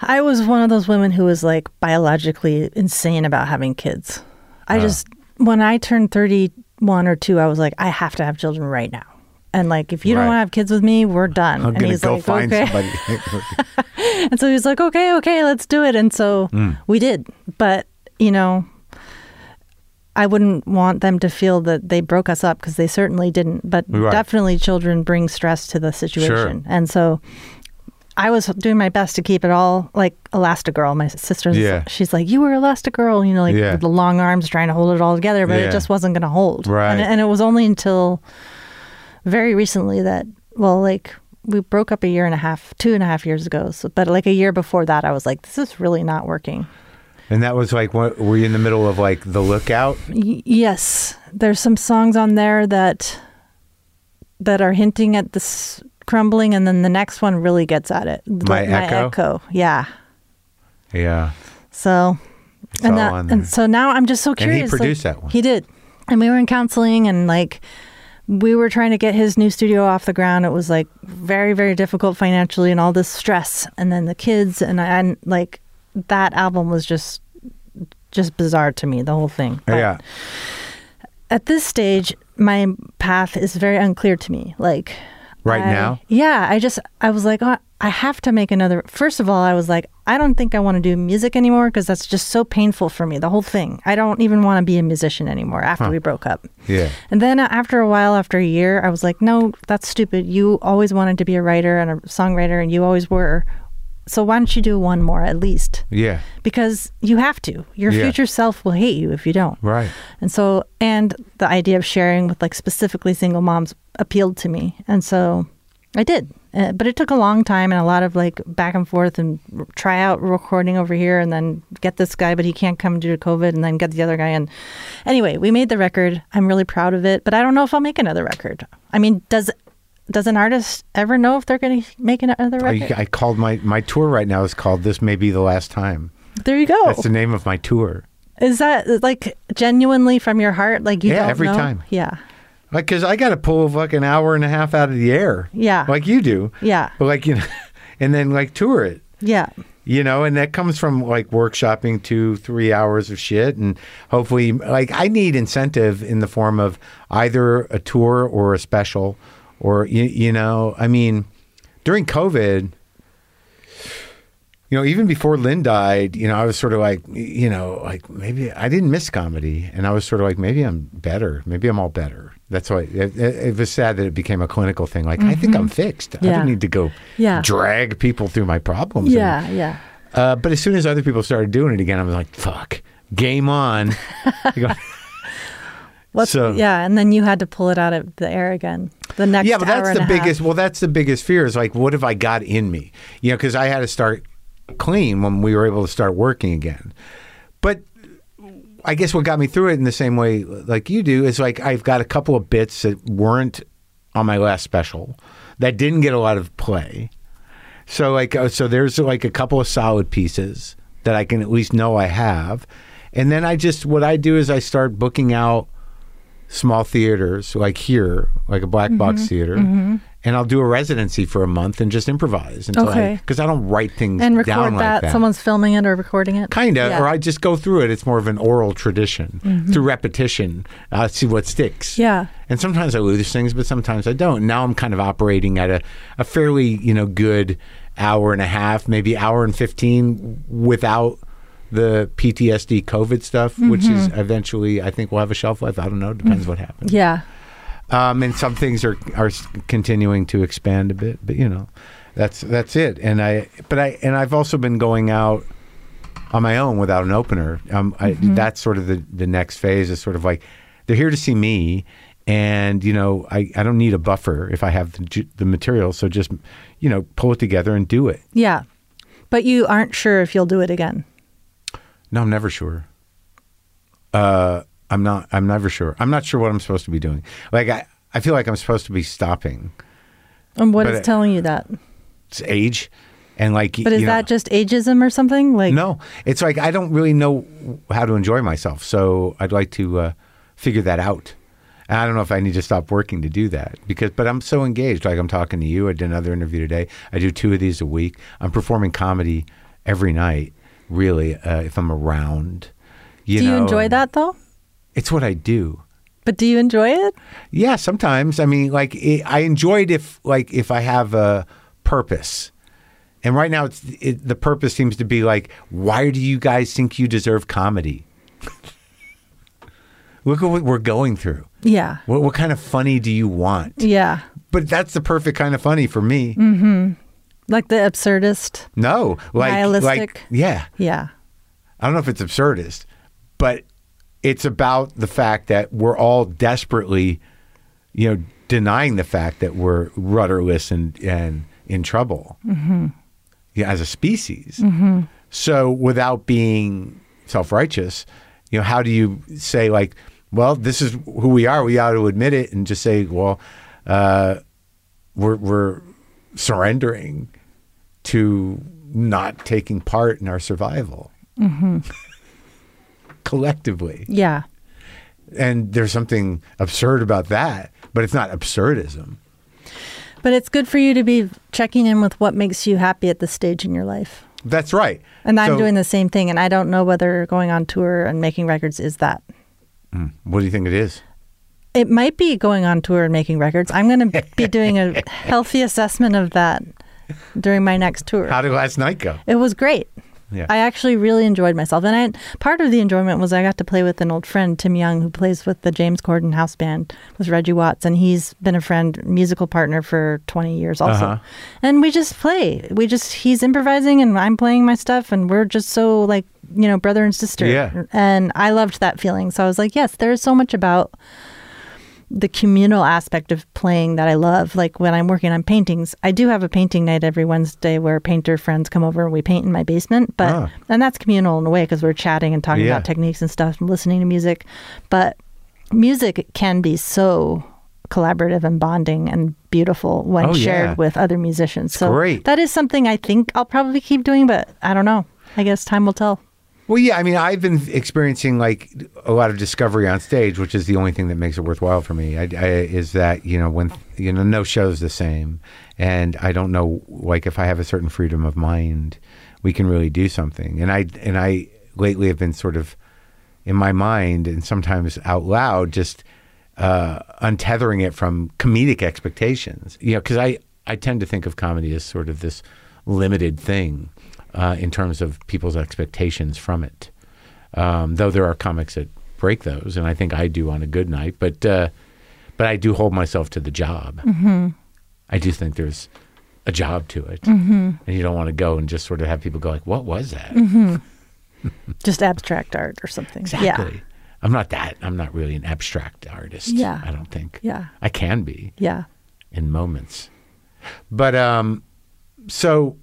Speaker 3: I was one of those women who was like biologically insane about having kids.
Speaker 2: Uh.
Speaker 3: I just when I turned 31 or 2 I was like I have to have children right now. And like if you
Speaker 2: Right.
Speaker 3: don't want to have kids with me, we're done.
Speaker 2: I'm
Speaker 3: and
Speaker 2: gonna
Speaker 3: he's
Speaker 2: go
Speaker 3: like
Speaker 2: find
Speaker 3: okay.
Speaker 2: somebody. (laughs)
Speaker 3: (laughs) And so he was like okay, okay, let's do it. And so
Speaker 2: Hmm.
Speaker 3: we did. But, you know, I wouldn't want them to feel that they broke us up because they certainly didn't, but
Speaker 2: Right.
Speaker 3: definitely children bring stress to the situation. And so I was doing my best to keep it all like Elastigirl. My sister's,
Speaker 2: Yeah.
Speaker 3: she's like, you were Elastigirl, you know, like
Speaker 2: Yeah.
Speaker 3: with the long arms trying to hold it all together, but
Speaker 2: Yeah.
Speaker 3: it just wasn't going to hold.
Speaker 2: Right.
Speaker 3: And, and it was only until very recently that, well, like we broke up a year and a half, two and a half years ago. So, but like a year before that, I was like, this is really not working.
Speaker 2: and that was like, what, were you in the middle of like the lookout?
Speaker 3: Y- yes, there's some songs on there that that are hinting at this crumbling, and then the next one really gets at it.
Speaker 2: My
Speaker 3: my
Speaker 2: Echo?
Speaker 3: echo, yeah.
Speaker 2: Yeah.
Speaker 3: So,
Speaker 2: It's all
Speaker 3: and that,
Speaker 2: on there.
Speaker 3: and so now I'm just so
Speaker 2: he
Speaker 3: curious. like,
Speaker 2: produced that one.
Speaker 3: He did, and we were in counseling, and like we were trying to get his new studio off the ground. It was like very, very difficult financially, and all this stress, and then the kids, and I, and like that album was just just bizarre to me, the whole thing. But-
Speaker 2: yeah.
Speaker 3: at this stage, my path is very unclear to me. Like
Speaker 2: Right
Speaker 3: I-
Speaker 2: now?
Speaker 3: yeah. I just I was like, oh, I have to make another. First of all, I was like, I don't think I want to do music anymore because that's just so painful for me. The whole thing. I don't even want to be a musician anymore after we broke up.
Speaker 2: Yeah.
Speaker 3: And then uh, after a while, after a year, I was like, no, that's stupid. You always wanted to be a writer and a songwriter, and you always were. So why don't you do one more at least?
Speaker 2: Yeah.
Speaker 3: Because you have to. Your
Speaker 2: Yeah.
Speaker 3: future self will hate you if you don't.
Speaker 2: Right.
Speaker 3: And so, and the idea of sharing with like specifically single moms appealed to me. And so I did. Uh, but it took a long time and a lot of like back and forth and r- try out recording over here and then get this guy, but he can't come due to COVID and then get the other guy. And anyway, we made the record. I'm really proud of it, but I don't know if I'll make another record. I mean, does. Does an artist ever know if they're going to make another
Speaker 2: I,
Speaker 3: record?
Speaker 2: I called my my tour right now is called "This May Be the Last Time."
Speaker 3: there you go.
Speaker 2: That's the name of my tour.
Speaker 3: Is that like genuinely from your heart? Like you
Speaker 2: Yeah,
Speaker 3: don't
Speaker 2: every
Speaker 3: know?
Speaker 2: time.
Speaker 3: Yeah,
Speaker 2: Like, cause I got to pull like an hour and a half out of the air.
Speaker 3: Yeah.
Speaker 2: Like you do.
Speaker 3: Yeah.
Speaker 2: But like you know, (laughs) and then like tour it.
Speaker 3: yeah.
Speaker 2: You know, and that comes from like workshopping two, three hours of shit, and hopefully, like I need incentive in the form of either a tour or a special, or you, you know, I mean, during COVID, you know, even before Lynn died, you know, I was sort of like, you know, like maybe I didn't miss comedy, and I was sort of like, maybe I'm better, maybe I'm all better. That's why it, it, it was sad that it became a clinical thing. Like I think I'm fixed. I
Speaker 3: Mm-hmm. Yeah.
Speaker 2: don't need to go
Speaker 3: Yeah.
Speaker 2: drag people through my problems. and-
Speaker 3: Yeah, yeah.
Speaker 2: uh, but as soon as other people started doing it again, I was like, fuck, game
Speaker 3: (laughs)
Speaker 2: on. I go,
Speaker 3: What's,
Speaker 2: So-
Speaker 3: yeah, and then you had to pull it out of the air again. The next
Speaker 2: yeah, but
Speaker 3: hour
Speaker 2: that's
Speaker 3: and
Speaker 2: the
Speaker 3: a half.
Speaker 2: biggest, well, that's the biggest fear is like, what have I got in me? You know, because I had to start clean when we were able to start working again. But I guess what got me through it in the same way like you do is like I've got a couple of bits that weren't on my last special that didn't get a lot of play. So like uh, so there's like a couple of solid pieces that I can at least know I have. And then I just what I do is I start booking out small theaters like here, like a black
Speaker 3: Mm-hmm.
Speaker 2: box theater, and I'll do a residency for a month and just improvise until
Speaker 3: Okay.
Speaker 2: because I, don't write things
Speaker 3: and record
Speaker 2: down like
Speaker 3: that.
Speaker 2: that.
Speaker 3: Someone's filming it or recording it.
Speaker 2: Kind of,
Speaker 3: Yeah. Mm-hmm.
Speaker 2: or I just go through it. It's more of an oral tradition through repetition. I see what sticks.
Speaker 3: Yeah.
Speaker 2: And sometimes I lose things, but sometimes I don't. Now I'm kind of operating at a, a fairly, you know, good hour and a half, maybe hour and 15 without the PTSD COVID stuff, which is eventually, I think, will have a shelf life. I don't know. Depends what happens.
Speaker 3: Yeah.
Speaker 2: Um, and some things are, are s- continuing to expand a bit, but you know, that's, that's it. And I, but I, and I've also been going out on my own without an opener. Um, I, That's sort of the, the next phase is sort of like they're here to see me, and you know I, I don't need a buffer if I have the, ju- the material. So just you know pull it together and do it.
Speaker 3: Yeah. But you aren't sure if you'll do it again.
Speaker 2: No, I'm never sure. Uh, I'm not. I'm never sure. I'm not sure what I'm supposed to be doing. Like I, I feel like I'm supposed to be stopping.
Speaker 3: And what
Speaker 2: But
Speaker 3: is
Speaker 2: it-
Speaker 3: telling you that?
Speaker 2: It's age, and like
Speaker 3: But is that just ageism or something? Like
Speaker 2: (laughs) No, it's like I don't really know how to enjoy myself, so I'd like to uh, figure that out. And I don't know if I need to stop working to do that because, but I'm so engaged. Like I'm talking to you. I did another interview today. I do two of these a week. I'm performing comedy every night, really, uh, if I'm around. You
Speaker 3: do you
Speaker 2: know,
Speaker 3: enjoy
Speaker 2: and
Speaker 3: that though?
Speaker 2: It's what I do.
Speaker 3: But do you enjoy it?
Speaker 2: Yeah, sometimes. I mean, like it, I enjoy it if like if I have a purpose. And right now, it's it, the purpose seems to be like, why do you guys think you deserve comedy? (laughs) Look at what we're going through.
Speaker 3: Yeah.
Speaker 2: What, what kind of funny do you want?
Speaker 3: Yeah.
Speaker 2: But that's the perfect kind of funny for me.
Speaker 3: Like the absurdist.
Speaker 2: No, like,
Speaker 3: Nihilistic.
Speaker 2: like, yeah.
Speaker 3: Yeah.
Speaker 2: I don't know if it's absurdist, but it's about the fact that we're all desperately, you know, denying the fact that we're rudderless and and in trouble yeah, as a species. So without being self righteous, you know, how do you say like, well, this is who we are. We ought to admit it and just say, well, uh, we're we're surrendering to not taking part in our survival (laughs) collectively.
Speaker 3: Yeah.
Speaker 2: And there's something absurd about that, but it's not absurdism.
Speaker 3: But it's good for you to be checking in with what makes you happy at this stage in your life.
Speaker 2: That's right.
Speaker 3: And I'm
Speaker 2: So,
Speaker 3: doing the same thing, and I don't know whether going on tour and making records is that.
Speaker 2: What do you think it is?
Speaker 3: It might be going on tour and making records. I'm going to be
Speaker 2: (laughs)
Speaker 3: doing a healthy assessment of that during my next tour.
Speaker 2: How did last night go?
Speaker 3: It was great.
Speaker 2: Yeah.
Speaker 3: I actually really enjoyed myself, and I, part of the enjoyment was I got to play with an old friend, Tim Young, who plays with the James Corden House Band with Reggie Watts, and he's been a friend, musical partner for twenty years also.
Speaker 2: Uh-huh.
Speaker 3: And we just play. We just he's improvising, and I'm playing my stuff, and we're just so like you know brother and sister.
Speaker 2: Yeah.
Speaker 3: And I loved that feeling, so I was like, yes, there is so much about the communal aspect of playing that I love. Like when I'm working on paintings, I do have a painting night every Wednesday where painter friends come over and we paint in my basement. But
Speaker 2: Ah.
Speaker 3: and that's communal in a way because we're chatting and talking
Speaker 2: Yeah.
Speaker 3: about techniques and stuff and listening to music. But music can be so collaborative and bonding and beautiful when
Speaker 2: Oh,
Speaker 3: shared
Speaker 2: yeah.
Speaker 3: with other musicians. so
Speaker 2: great.
Speaker 3: that is something I think I'll probably keep doing, but I don't know. I guess time will tell.
Speaker 2: Well, yeah, I mean, I've been experiencing like a lot of discovery on stage, which is the only thing that makes it worthwhile for me. I, I, is that you know when you know no show's the same, and I don't know like if I have a certain freedom of mind, we can really do something. And I and I lately have been sort of in my mind and sometimes out loud just uh, untethering it from comedic expectations. You know, because I I tend to think of comedy as sort of this limited thing uh, in terms of people's expectations from it. Um, though there are comics that break those, and I think I do on a good night, but uh, but I do hold myself to the job. I do think there's a job to it, and you don't want to go and just sort of have people go like, "What was that?"
Speaker 3: Just abstract art or something.
Speaker 2: Exactly.
Speaker 3: Yeah.
Speaker 2: I'm not that. I'm not really an abstract artist.
Speaker 3: Yeah.
Speaker 2: I don't think.
Speaker 3: Yeah.
Speaker 2: I can be
Speaker 3: Yeah.
Speaker 2: in moments. But um so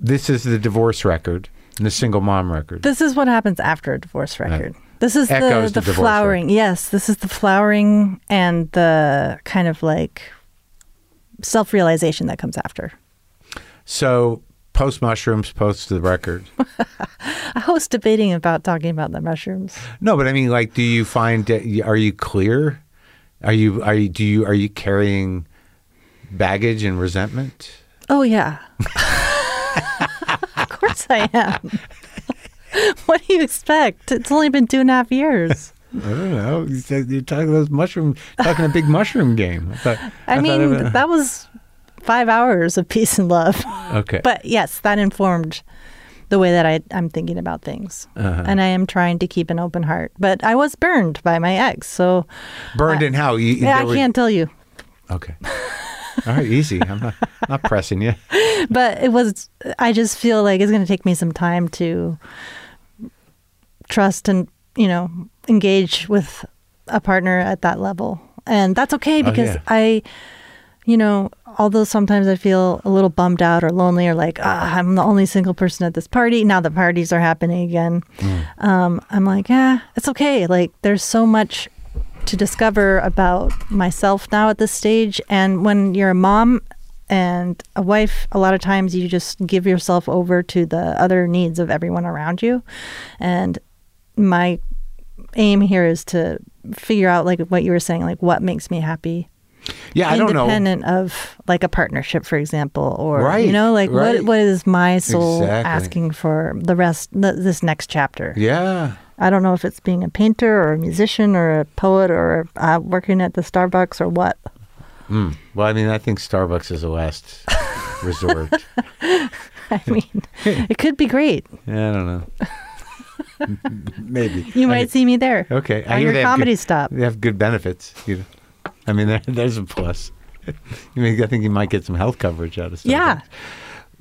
Speaker 2: this is the divorce record and the single mom record.
Speaker 3: This is what happens after a divorce record. This is the,
Speaker 2: Echoes
Speaker 3: the,
Speaker 2: the divorce
Speaker 3: flowering. Yes, this is the flowering and the kind of like self realization that comes after. (laughs)
Speaker 2: so post mushrooms, post the record.
Speaker 3: I was debating about talking about the mushrooms.
Speaker 2: No, but I mean, like, do you find that y- are you clear? Are you are you do you are you carrying baggage and resentment?
Speaker 3: Oh yeah. (laughs) of course I am. (laughs) what do you expect? It's only been two and a half years.
Speaker 2: I don't know. You said you're talking those mushroom, talking a big mushroom game. (laughs) I, thought,
Speaker 3: I
Speaker 2: thought
Speaker 3: mean,
Speaker 2: it was-
Speaker 3: that was five hours of peace and love.
Speaker 2: okay.
Speaker 3: But yes, that informed the way that I, I'm thinking about things.
Speaker 2: Uh-huh.
Speaker 3: And I am trying to keep an open heart. But I was burned by my ex. So
Speaker 2: burned in how? You,
Speaker 3: yeah, I
Speaker 2: there were-
Speaker 3: can't tell you.
Speaker 2: Okay. All right, easy. I'm not not pressing you.
Speaker 3: But it was, I just feel like it's going to take me some time to trust and, you know, engage with a partner at that level. And that's okay because
Speaker 2: Oh, yeah.
Speaker 3: I, you know, although sometimes I feel a little bummed out or lonely or like, ah, I'm the only single person at this party. Now the parties are happening again. Um, I'm like, yeah, it's okay. Like, there's so much to discover about myself now at this stage. And when you're a mom and a wife, a lot of times you just give yourself over to the other needs of everyone around you. And my aim here is to figure out like what you were saying like what makes me happy
Speaker 2: Yeah, I don't know.
Speaker 3: independent of like a partnership, for example, or
Speaker 2: Right,
Speaker 3: you know, like
Speaker 2: right.
Speaker 3: what what is my soul
Speaker 2: Exactly.
Speaker 3: asking for the rest th- this next chapter?
Speaker 2: Yeah.
Speaker 3: I don't know if it's being a painter or a musician or a poet or uh, working at the Starbucks or what. (laughs)
Speaker 2: Well, I mean, I think Starbucks is the last
Speaker 3: (laughs)
Speaker 2: resort.
Speaker 3: I
Speaker 2: (laughs)
Speaker 3: mean, it could be great.
Speaker 2: Yeah, I don't know. Maybe
Speaker 3: You might see me there.
Speaker 2: Okay,
Speaker 3: At your
Speaker 2: they have
Speaker 3: comedy
Speaker 2: good-
Speaker 3: stop.
Speaker 2: They have good benefits. You know, I mean, there, there's a plus. I mean, I think you might get some health coverage out of Starbucks.
Speaker 3: Yeah.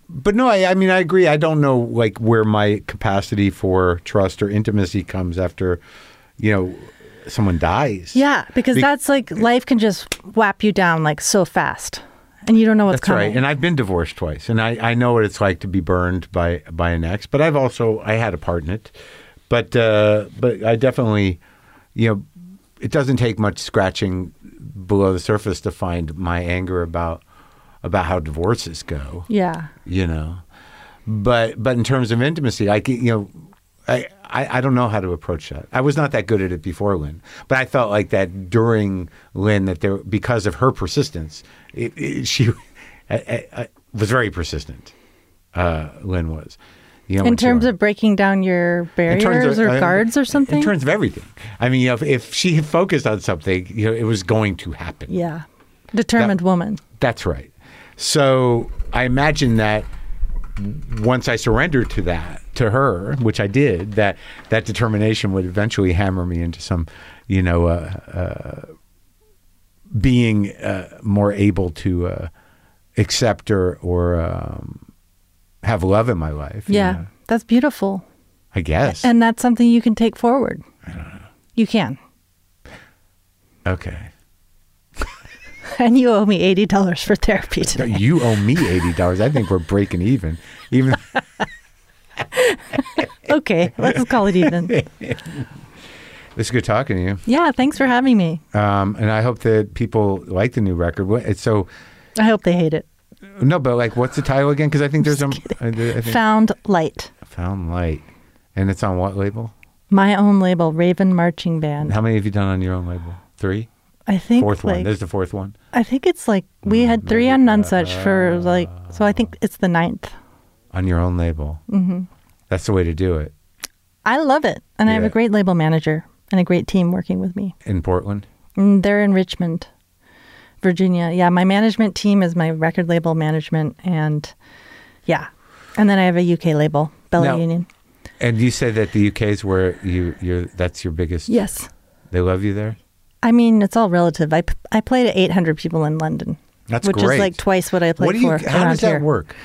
Speaker 2: But no, I, I mean, I agree. I don't know like where my capacity for trust or intimacy comes after, you know, someone dies.
Speaker 3: Yeah, because
Speaker 2: Be-
Speaker 3: that's like life can just whap you down like so fast and you don't know what's
Speaker 2: That's
Speaker 3: coming.
Speaker 2: right. And I've been divorced twice, and I, I know what it's like to be burned by by an ex. But I've also I had a part in it, but uh, but I definitely, you know, it doesn't take much scratching below the surface to find my anger about about how divorces go
Speaker 3: yeah.
Speaker 2: you know but but in terms of intimacy like you know I, I i don't know how to approach that i was not that good at it before lynn but i felt like that during lynn that there because of her persistence it, it, she (laughs) I, I, I was very persistent uh lynn was you know,
Speaker 3: In
Speaker 2: when she
Speaker 3: terms
Speaker 2: went-
Speaker 3: of breaking down your
Speaker 2: in
Speaker 3: barriers
Speaker 2: terms of-
Speaker 3: or
Speaker 2: uh,
Speaker 3: guards or something?
Speaker 2: in terms of everything i mean you know, if, if she had focused on something you know it was going to happen
Speaker 3: yeah. Determined woman.
Speaker 2: That's right. So I imagine that once I surrendered to that, to her, which I did, that that determination would eventually hammer me into some, you know, uh, uh, being uh, more able to uh, accept or or um, have love in my life. you
Speaker 3: Yeah,
Speaker 2: know?
Speaker 3: that's beautiful.
Speaker 2: I guess.
Speaker 3: And that's something you can take forward. You can.
Speaker 2: okay.
Speaker 3: And you owe me $80 for therapy
Speaker 2: (laughs)
Speaker 3: today.
Speaker 2: You owe me eighty dollars. I think we're breaking even. Even
Speaker 3: Okay, let's call
Speaker 2: (laughs)
Speaker 3: it even.
Speaker 2: it's good talking to you.
Speaker 3: Yeah, thanks for having me.
Speaker 2: um, and I hope that people like the new record. What- it's So
Speaker 3: I hope they hate it.
Speaker 2: no, but like, what's the title again? Because I think there's some I, I think,
Speaker 3: Found Light,
Speaker 2: found light, and it's on what label?
Speaker 3: my own label, Raven Marching Band.
Speaker 2: How many have you done on your own label? Three,
Speaker 3: I think
Speaker 2: fourth one. Mm,
Speaker 3: like-
Speaker 2: There's the fourth one.
Speaker 3: I think it's like we had 3 on Nunsuch for like so I think it's the ninth.
Speaker 2: on your own label. Mm-hmm. That's the way to do it
Speaker 3: I love it. And I have
Speaker 2: Yeah.
Speaker 3: a great label manager and a great team working with me.
Speaker 2: in Portland.
Speaker 3: Mm, They're in Richmond, Virginia. Yeah, my management team is my record label management, and yeah, and then I have a UK label, Bella
Speaker 2: Now-
Speaker 3: Union.
Speaker 2: And you said that the UK is where you you're. That's your biggest.
Speaker 3: Yes,
Speaker 2: They love you there.
Speaker 3: I mean it's all relative. I, p- I play to 800 people in London.
Speaker 2: That's
Speaker 3: which
Speaker 2: great.
Speaker 3: is like twice what I play
Speaker 2: what do you?
Speaker 3: for
Speaker 2: How
Speaker 3: around
Speaker 2: does that
Speaker 3: here.
Speaker 2: work?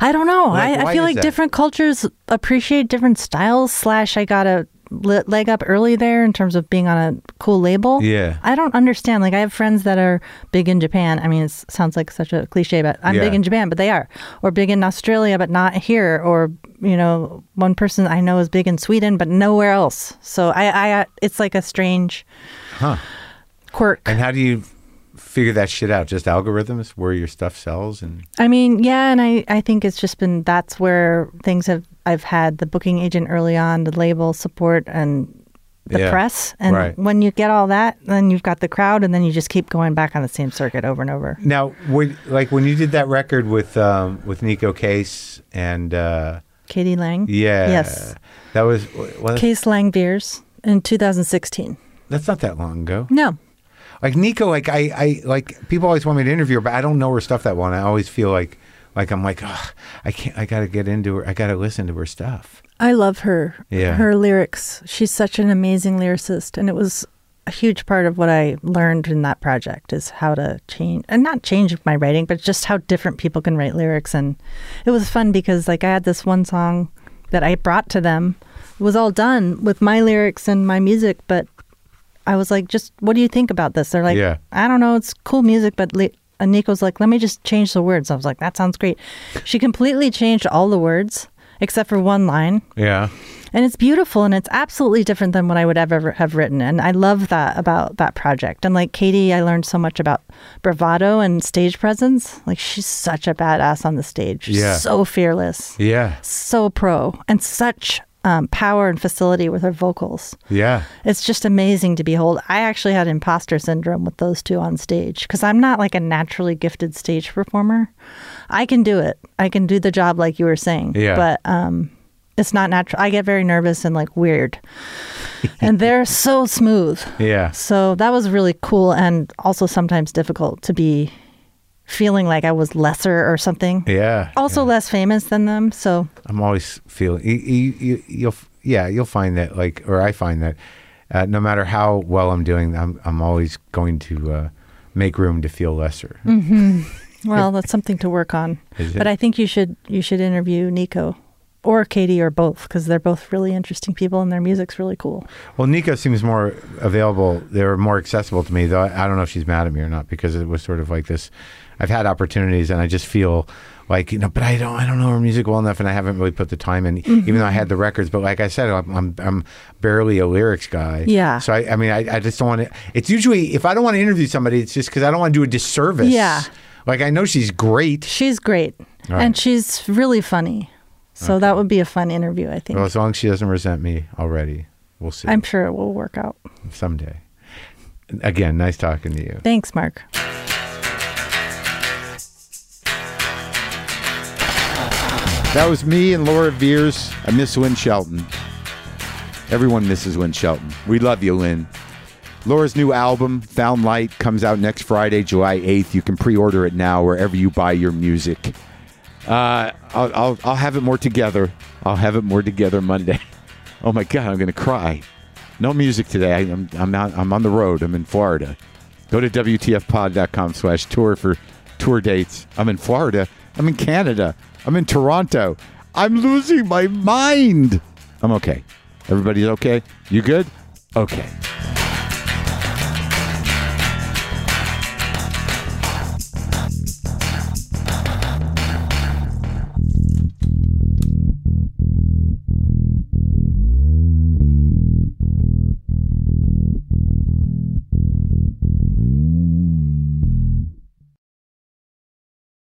Speaker 3: I don't know.
Speaker 2: Like,
Speaker 3: I,
Speaker 2: why
Speaker 3: I feel
Speaker 2: is
Speaker 3: like
Speaker 2: that?
Speaker 3: different cultures appreciate different styles. Slash, I got a le- leg up early there in terms of being on a cool label.
Speaker 2: Yeah.
Speaker 3: I don't understand. Like, I have friends that are big in Japan. I mean, it sounds like such a cliche, but I'm
Speaker 2: Yeah.
Speaker 3: big in Japan, but they are. Or big in Australia, but not here. Or, you know, one person I know is big in Sweden, but nowhere uh, else. So I, I it's like a strange quirk.
Speaker 2: And how do you figure that shit out? Just algorithms where your stuff sells and
Speaker 3: I mean, yeah, and I, I think it's just been that's where things have I've had the booking agent early on, the label support and the
Speaker 2: Yeah,
Speaker 3: press. And
Speaker 2: right.
Speaker 3: when you get all that, then you've got the crowd and then you just keep going back on the same circuit over and over.
Speaker 2: now when, like when you did that record with um, with Nico Case and uh,
Speaker 3: Katie Lang.
Speaker 2: yeah
Speaker 3: Yes.
Speaker 2: that was well,
Speaker 3: Case Lang Beers in 2016.
Speaker 2: that's not that long ago
Speaker 3: No.
Speaker 2: like Nico, like I, I like people always want me to interview her, but I don't know her stuff that well. And I always feel like, like I'm like, Ugh, I can't, I gotta get into her, I gotta listen to her stuff.
Speaker 3: I love her.
Speaker 2: Yeah.
Speaker 3: Her lyrics. She's such an amazing lyricist and it was a huge part of what I learned in that project is how to change and not change my writing, but just how different people can write lyrics and it was fun because like I had this one song that I brought to them. It was all done with my lyrics and my music, but I was like, just what do you think about this? They're like,
Speaker 2: Yeah.
Speaker 3: I don't know, it's cool music, but li- and Nico's like, let me just change the words. I was like, that sounds great. She completely changed all the words except for one line,
Speaker 2: Yeah,
Speaker 3: and it's beautiful and it's absolutely different than what I would ever have written. And I love that about that project. And like Katie, I learned so much about bravado and stage presence. Like she's such a badass on the stage. She's
Speaker 2: Yeah.
Speaker 3: so fearless,
Speaker 2: yeah,
Speaker 3: so pro, and such um, power and facility with her vocals.
Speaker 2: yeah,
Speaker 3: It's just amazing to behold. I actually had imposter syndrome with those two on stage because I'm not like a naturally gifted stage performer. I can do it. I can do the job like you were saying.
Speaker 2: Yeah.
Speaker 3: But um it's not natural. I get very nervous and like
Speaker 2: (laughs)
Speaker 3: weird. and they're so smooth.
Speaker 2: yeah,
Speaker 3: So that was really cool and also sometimes difficult to be feeling like I was lesser or something.
Speaker 2: yeah.
Speaker 3: Also less famous than them. So
Speaker 2: I'm always feeling you, you, you, you'll yeah you'll find that like or I find that uh, no matter how well I'm doing I'm I'm always going to uh, make room to feel lesser.
Speaker 3: Well, that's something to work on.
Speaker 2: Is it?
Speaker 3: But I think you should you should interview Nico or Katie or both because they're both really interesting people and their music's really cool.
Speaker 2: Well, Nico seems more available. They're more accessible to me, though. I I don't know if she's mad at me or not because it was sort of like this. I've had opportunities, and I just feel like you know, but I don't, I don't know her music well enough, and I haven't really put the time in, even
Speaker 3: Mm-hmm.
Speaker 2: though I had the records. But like I said, I'm, I'm, I'm barely a lyrics guy.
Speaker 3: Yeah.
Speaker 2: So I, I mean, I, I just don't want to. It's usually if I don't want to interview somebody, it's just because I don't want to do a disservice.
Speaker 3: Yeah.
Speaker 2: Like I know she's great.
Speaker 3: She's great
Speaker 2: right.
Speaker 3: and she's really funny. So that would be a fun interview, I think.
Speaker 2: Well, as long as she doesn't resent me already, we'll see
Speaker 3: I'm sure it will work out.
Speaker 2: someday. Again, nice talking to you.
Speaker 3: Thanks, Mark.
Speaker 1: That was me and Laura Veers. I miss Lynn Shelton. Everyone misses Lynn Shelton. We love you, Lynn. Laura's new album, Found Light, comes out next Friday, July 8th. You can pre order it now wherever you buy your music. Uh, I'll, I'll, I'll have it more together. I'll have it more together Monday. (laughs) Oh my God, I'm going to cry. No music today. I, I'm, I'm, out, I'm on the road. I'm in Florida. Go to WTFpod.com slash tour for tour dates. I'm in Florida. I'm in Canada. I'm in Toronto. I'm losing my mind. I'm okay. Everybody's okay? You good? Okay.